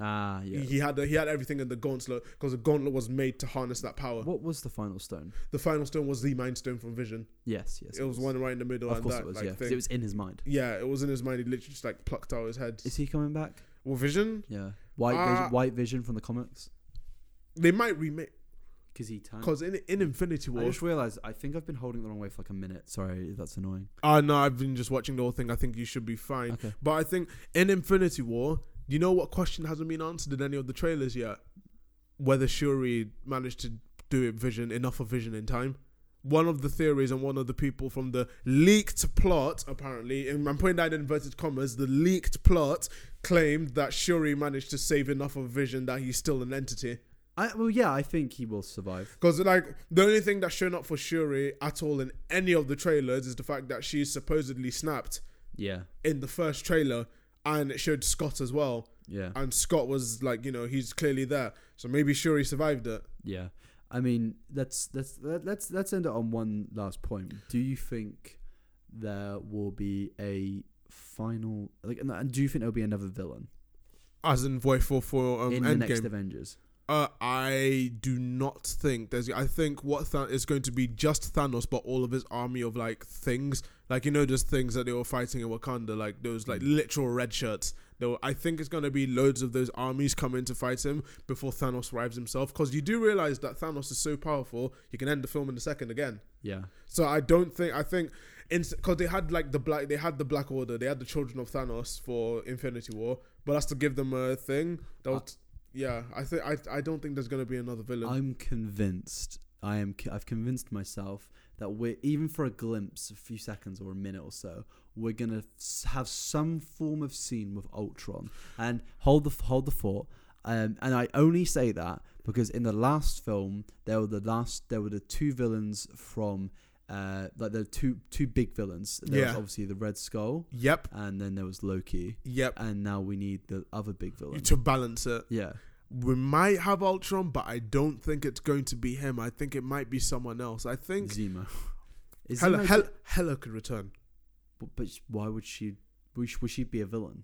A: Ah, yeah.
B: He, he had the, he had everything in the gauntlet because the gauntlet was made to harness that power.
A: What was the final stone?
B: The final stone was the Mind Stone from Vision.
A: Yes, yes.
B: it was one right in the middle.
A: Of
B: and
A: course
B: that,
A: it was.
B: like,
A: yeah, 'cause
B: thing.
A: it was in his mind.
B: yeah, it was in his mind. He literally just like plucked out his head.
A: Is he coming back?
B: Well, Vision,
A: Yeah. White
B: Uh,
A: vision, White Vision from the comics.
B: they might remake
A: Because he turned.
B: because in in Infinity
A: I
B: War.
A: just realized I think I've been holding the wrong way for like a minute. Sorry, if that's annoying.
B: Ah, no, I've been just watching the whole thing. I think you should be fine.
A: Okay.
B: But I think in Infinity War, you know what question hasn't been answered in any of the trailers yet? Whether Shuri managed to do it vision enough of vision in time. One of the theories and one of the people from the leaked plot, apparently, and I'm putting that in inverted commas, the leaked plot claimed that Shuri managed to save enough of vision that he's still an entity.
A: I well, yeah, I think he will survive.
B: Because like the only thing that's shown up for Shuri at all in any of the trailers is the fact that she's supposedly snapped
A: Yeah,
B: in the first trailer and it showed Scott as well.
A: yeah,
B: And Scott was like, you know, he's clearly there. So maybe Shuri survived it.
A: yeah. I mean, let's let's let- let's let's end it on one last point. Do you think there will be a final? Like, and- and do you think there'll be another villain
B: As in Void 4 for um,
A: in the next
B: Endgame.
A: Avengers?
B: Uh, I do not think there's. I think what Than- is going to be just Thanos, but all of his army of like things. Like, you know, just things that they were fighting in Wakanda, like those like
A: Mm.
B: literal red shirts. There were, I think it's going to be loads of those armies come in to fight him before Thanos arrives himself. Because you do realize that Thanos is so powerful, you can end the film in a second again.
A: Yeah,
B: So I don't think I think because they had like the black they had the Black Order they had the Children of Thanos for Infinity War, but that's to give them a thing. That was, yeah, I think I I don't think there's gonna be another villain.
A: I'm convinced. I am. c- I've convinced myself that we're even for a glimpse, a few seconds or a minute or so, we're gonna s- have some form of scene with Ultron. And hold the f- hold the fort. Um, and I only say that because in the last film, there were the last there were the two villains from. Uh, like the two two big villains. There was
B: Yeah.
A: obviously the Red Skull,
B: yep,
A: and then there was Loki,
B: yep.
A: and now we need the other big villain.
B: To balance it,
A: Yeah,
B: we might have Ultron, but I don't think it's going to be him. I think it might be someone else. I think
A: Zemo. Is
B: Hella
A: Zemo-
B: Hel- Hela could return.
A: But, but why would she? Would she, would she be a villain?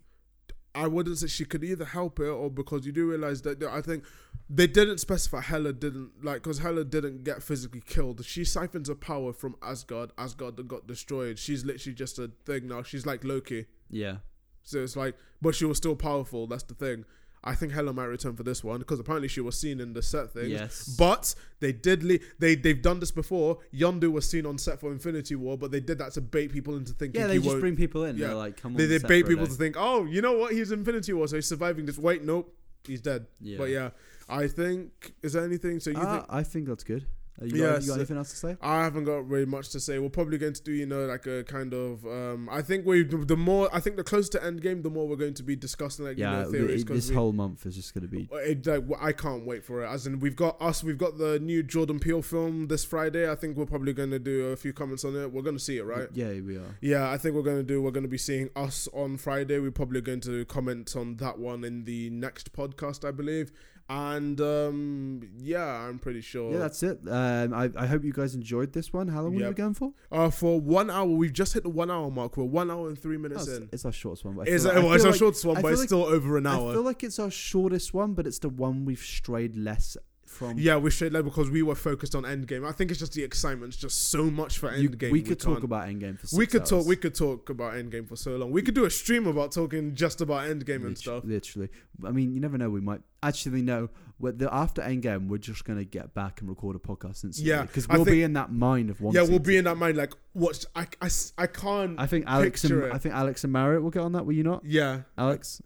B: I wouldn't say she could either help it or because you do realize that that I think they didn't specify Hela didn't like because Hela didn't get physically killed. She siphons her power from Asgard. Asgard that got destroyed. She's literally just a thing now. She's like Loki.
A: Yeah,
B: So it's like, but she was still powerful. That's the thing. I think Hela might return for this one because apparently she was seen in the set thing.
A: Yes.
B: But they did. Le- they they've done this before. Yondu was seen on set for Infinity War, but they did that to bait people into thinking.
A: yeah. They
B: he
A: just
B: won't-
A: bring people in.
B: yeah.
A: They're like, come on.
B: they, they
A: set
B: bait
A: for a
B: people
A: day.
B: to think, oh, you know what? He's Infinity War, so he's surviving this. Wait, nope, he's dead.
A: Yeah.
B: But yeah, I think is there anything? So you
A: Ah,
B: think?
A: I think that's good. Are you, got-
B: Yes.
A: you got anything else to say?
B: I haven't got really much to say. We're probably going to do, you know, like a kind of. Um, I think we the more I think the closer to Endgame, the more we're going to be discussing like
A: yeah,
B: you know
A: it-
B: theories.
A: it-
B: 'cause
A: this
B: we-
A: whole month is just going to be.
B: It, like, I can't wait for it. As in, we've got us. We've got the new Jordan Peele film this Friday. I think we're probably going to do a few comments on it. We're going to see it, right?
A: Yeah, we are.
B: Yeah, I think we're going to do. We're going to be seeing us on Friday. We're probably going to comment on that one in the next podcast, I believe. And um, yeah, I'm pretty sure.
A: Yeah, that's it. Um, I, I hope you guys enjoyed this one. How long were
B: Yep.
A: we going for?
B: uh, for one hour, we've just hit the one hour mark. We're one hour and three
A: Oh,
B: minutes
A: it's,
B: in.
A: it's our shortest one. but I
B: It's,
A: feel
B: a,
A: like- I
B: well, it's
A: feel
B: our
A: like-
B: short uh, one,
A: I
B: but it's
A: feel like-
B: still over an
A: I
B: hour.
A: feel like it's our shortest one, but it's the one we've strayed less from.
B: Yeah, we should like because we were focused on Endgame. I think it's just the excitement's just so much for
A: You-
B: Endgame.
A: we could talk
B: can't-
A: about Endgame for. Six
B: We could
A: hours.
B: talk. We could talk about Endgame for so long. We could do a stream about talking just about Endgame and
A: Lit-
B: stuff.
A: Literally, I mean, you never know. We might actually know. With the after Endgame, we're just gonna get back and record a podcast and
B: Yeah,
A: because
B: I
A: we'll be
B: think-
A: in that mind of one.
B: Yeah, we'll be in that mind. Like, watch. I, I, s- I can't.
A: I think Alex and
B: picture it.
A: I think Alex and Marriott will get on that. Will you not,
B: yeah,
A: Alex?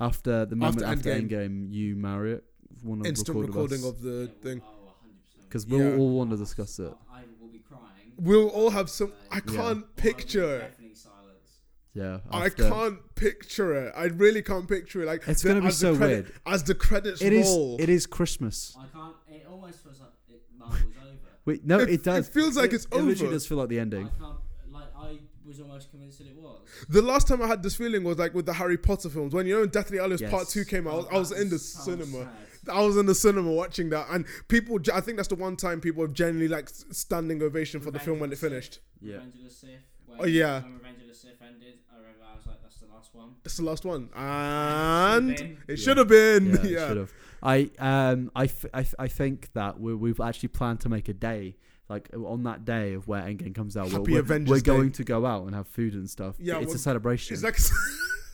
A: After the moment after,
B: After Endgame.
A: Endgame. you Marriott want to
B: instant
A: record
B: recording of the thing.
C: Oh, 100%.
A: because we'll
B: yeah.
A: all want to discuss it.
C: I will be crying.
B: We'll all have some. I
A: Yeah.
B: can't
C: I will
B: picture.
C: deafening silence.
A: Yeah,
B: I
A: after-
B: can't picture it. I really can't picture it. Like
A: It's gonna be
B: as the
A: so
B: credit-
A: weird.
B: as the credits
A: It is.
B: roll.
A: It is Christmas.
C: I can't. It almost feels like it, Marvel's over.
A: Wait, no,
B: It-
A: it,
B: it
A: does.
B: feels like it's
A: It literally
B: over.
A: does feel like the
C: I
A: ending.
C: can't. Like I was almost convinced that it was.
B: The last time I had this feeling was like with the Harry Potter films. When you know Deathly Hallows
A: Yes.
B: Part Two came out, I was
C: That
B: in the
C: so
B: cinema.
C: sad.
B: I was in the cinema watching that, and people. I think that's the one time people have generally like s- standing ovation for the film when it finished.
A: Yeah.
C: Revenge of the Sith. When,
B: Oh, yeah.
C: When Revenge of the Sith ended, I remember I was like, "That's the last one."
B: That's the last one, and
C: been.
B: it
A: Yeah.
B: should have been.
A: Yeah,
B: Yeah,
A: should have. I um I, f- I, f- I think that we we've actually planned to make a day like on that day of where Endgame comes out. we're-
B: Happy
A: we're,
B: Avengers
A: we're
B: Day.
A: going to go out and have food and stuff.
B: Yeah,
A: Yeah, it's
B: well,
A: a celebration.
B: it's like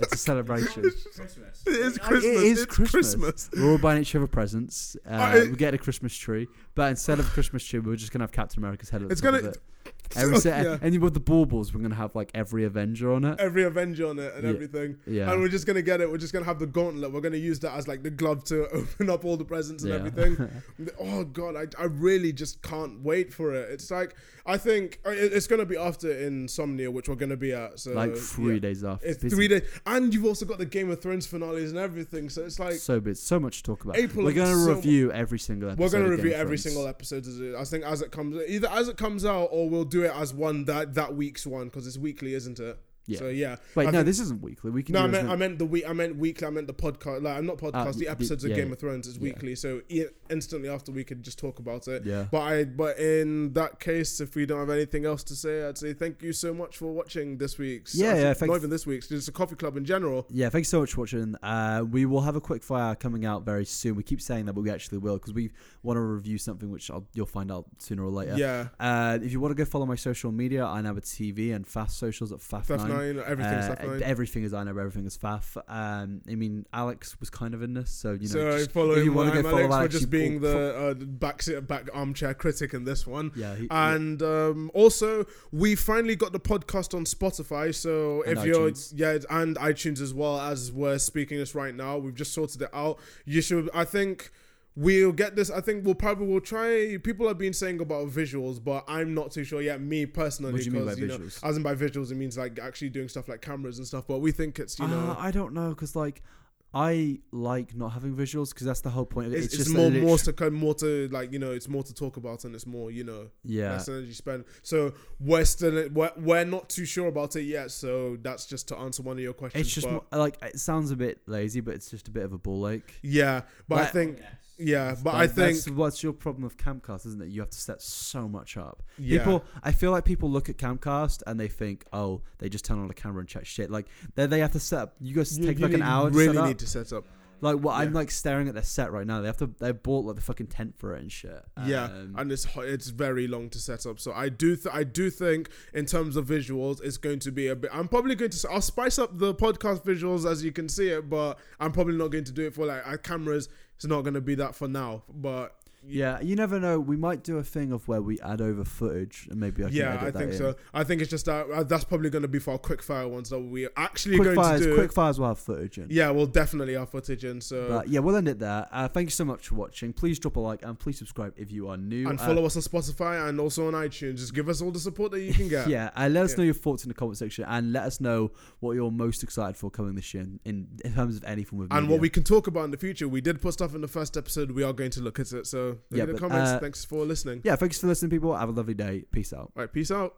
A: It's a celebration.
C: Christmas. Oh,
B: it is
A: Like,
B: Christmas.
A: It is
B: It's
A: Christmas. We're all buying each other presents. Uh,
B: I-
A: we get a Christmas tree, but instead of a Christmas tree, we're just gonna have Captain America's head. At the
B: It's
A: top of
B: gonna-
A: it. every set,
B: yeah.
A: and with the baubles, we're gonna have like every Avenger on it.
B: Every Avenger on it and
A: Yeah.
B: everything.
A: Yeah,
B: And we're just gonna get it. We're just gonna have the gauntlet. We're gonna use that as like the glove to open up all the presents and
A: yeah.
B: everything. Oh god, I, I really just can't wait for it. It's like I think I- it- it's gonna be after Insomnia, which we're gonna be at. So
A: like three
B: Uh, yeah.
A: days after.
B: It's
A: Busy.
B: three days, and you've also got the Game of Thrones finales and everything. So it's like
A: so bit so much to talk about.
B: April
A: we're
B: is
A: gonna
B: so mu-
A: review every single. episode
B: we're gonna
A: of Game
B: review
A: of
B: every
A: Thrones.
B: single episode. As it, I think as it comes, either as it comes out, or we'll do it as one that that week's one because it's weekly, isn't it?
A: Yeah.
B: So yeah.
A: Wait,
B: I
A: no,
B: think-
A: this isn't weekly. We can
B: No,
A: do
B: I
A: as
B: meant, I
A: many-
B: meant the week. I meant weekly. I meant the podcast. Like, I'm not podcast.
A: Ah, the-
B: the episodes
A: yeah.
B: of Game of Thrones is
A: Yeah.
B: weekly, so e- instantly after we could just talk about it.
A: Yeah.
B: But I, but in that case, if we don't have anything else to say, I'd say thank you so much for watching this week's.
A: Yeah,
B: actually,
A: yeah, thanks.
B: Not even this week's. Just a coffee club in general.
A: Yeah, thanks so much for watching. Uh, we will have a quick fire coming out very soon. We keep saying that, but we actually will because we want to review something which I'll, you'll find out sooner or later.
B: Yeah.
A: Uh, if you want to go follow my social media, I know TV and Fast Socials at Faf9.
B: Theft nine. Everything's
A: Uh,
B: Theft nine.
A: Everything is I know everything is Faf. Um, I mean, Alex was kind of in this, so you know.
B: so
A: just-
B: follow
A: if you
B: him.
A: wanna
B: I'm
A: go follow
B: Alex. We're
A: Alex, you-
B: just being
A: or-
B: the uh, back back armchair critic in this one.
A: yeah, he,
B: And um, also, we finally got the podcast on Spotify. So
A: And
B: if you're
A: iTunes.
B: yeah, and iTunes as well as we're speaking this right now, we've just sorted it out. You should, I think. We'll get this. I think we'll probably we'll try. People have been saying about visuals, but I'm not too sure yet. Me personally,
A: What do you mean
B: 'cause,
A: by
B: you know,
A: visuals?
B: as in by visuals, it means like actually doing stuff like cameras and stuff. But we think it's you
A: Uh,
B: know
A: I don't know because like I like not having visuals because that's the whole point. of it.
B: it's, it's
A: just
B: more
A: lit-
B: more to co- more to like you know it's more to talk about and it's more you know
A: yeah.
B: less energy spend. So we're still we're, we're not too sure about it yet. So that's just to answer one of your questions.
A: It's just
B: but,
A: more, like it sounds a bit lazy, but it's just a bit of a ball ache.
B: yeah, but I
A: Like-
B: think
C: Yes.
B: yeah, but I
A: Like,
B: think
A: that's what's your problem with Camcast, isn't it? You have to set so much up.
B: yeah,
A: People, I feel like people look at Camcast and they think, oh, they just turn on a camera and chat shit. Like they, they have to set up. You guys
B: You-
A: take
B: you
A: like an
B: need-
A: hour. To
B: Really
A: set up.
B: need to set up.
A: like what I'm
B: yeah.
A: like staring at their set right now. They have to. They bought like the fucking tent for it and shit.
B: Yeah,
A: Um,
B: and it's ho- it's very long to set up. So I do th- I do think in terms of visuals, it's going to be a bit. I'm probably going to s- I'll spice up the podcast visuals as you can see it, but I'm probably not going to do it for like uh, cameras. It's not going to be that for now. But
A: Yeah, you never know. We might do a thing of where we add over footage, and maybe I can
B: yeah,
A: edit
B: I
A: that
B: think
A: in.
B: so. I think it's just that uh, that's probably going to be for our quickfire ones that we're actually
A: Quick
B: going
A: fires,
B: to do.
A: quick fires will have footage in.
B: Yeah, uh, we'll definitely our footage and so
A: But yeah, we'll end it there. Uh, thank you so much for watching. Please drop a like and please subscribe if you are new.
B: and
A: Uh,
B: follow us on Spotify and also on iTunes. Just give us all the support that you can get.
A: Yeah, uh, let us
B: Yeah.
A: know your thoughts in the comment section and let us know what you're most excited for coming this year in, in, in terms of any form of
B: And
A: media.
B: what we can talk about in the future. We did put stuff in the first episode. We are going to look at it. So leave
A: Yeah,
B: in the
A: but,
B: comments.
A: uh,
B: Thanks for listening.
A: yeah, thanks for listening, people. Have a lovely day. Peace out.
B: All right, peace out.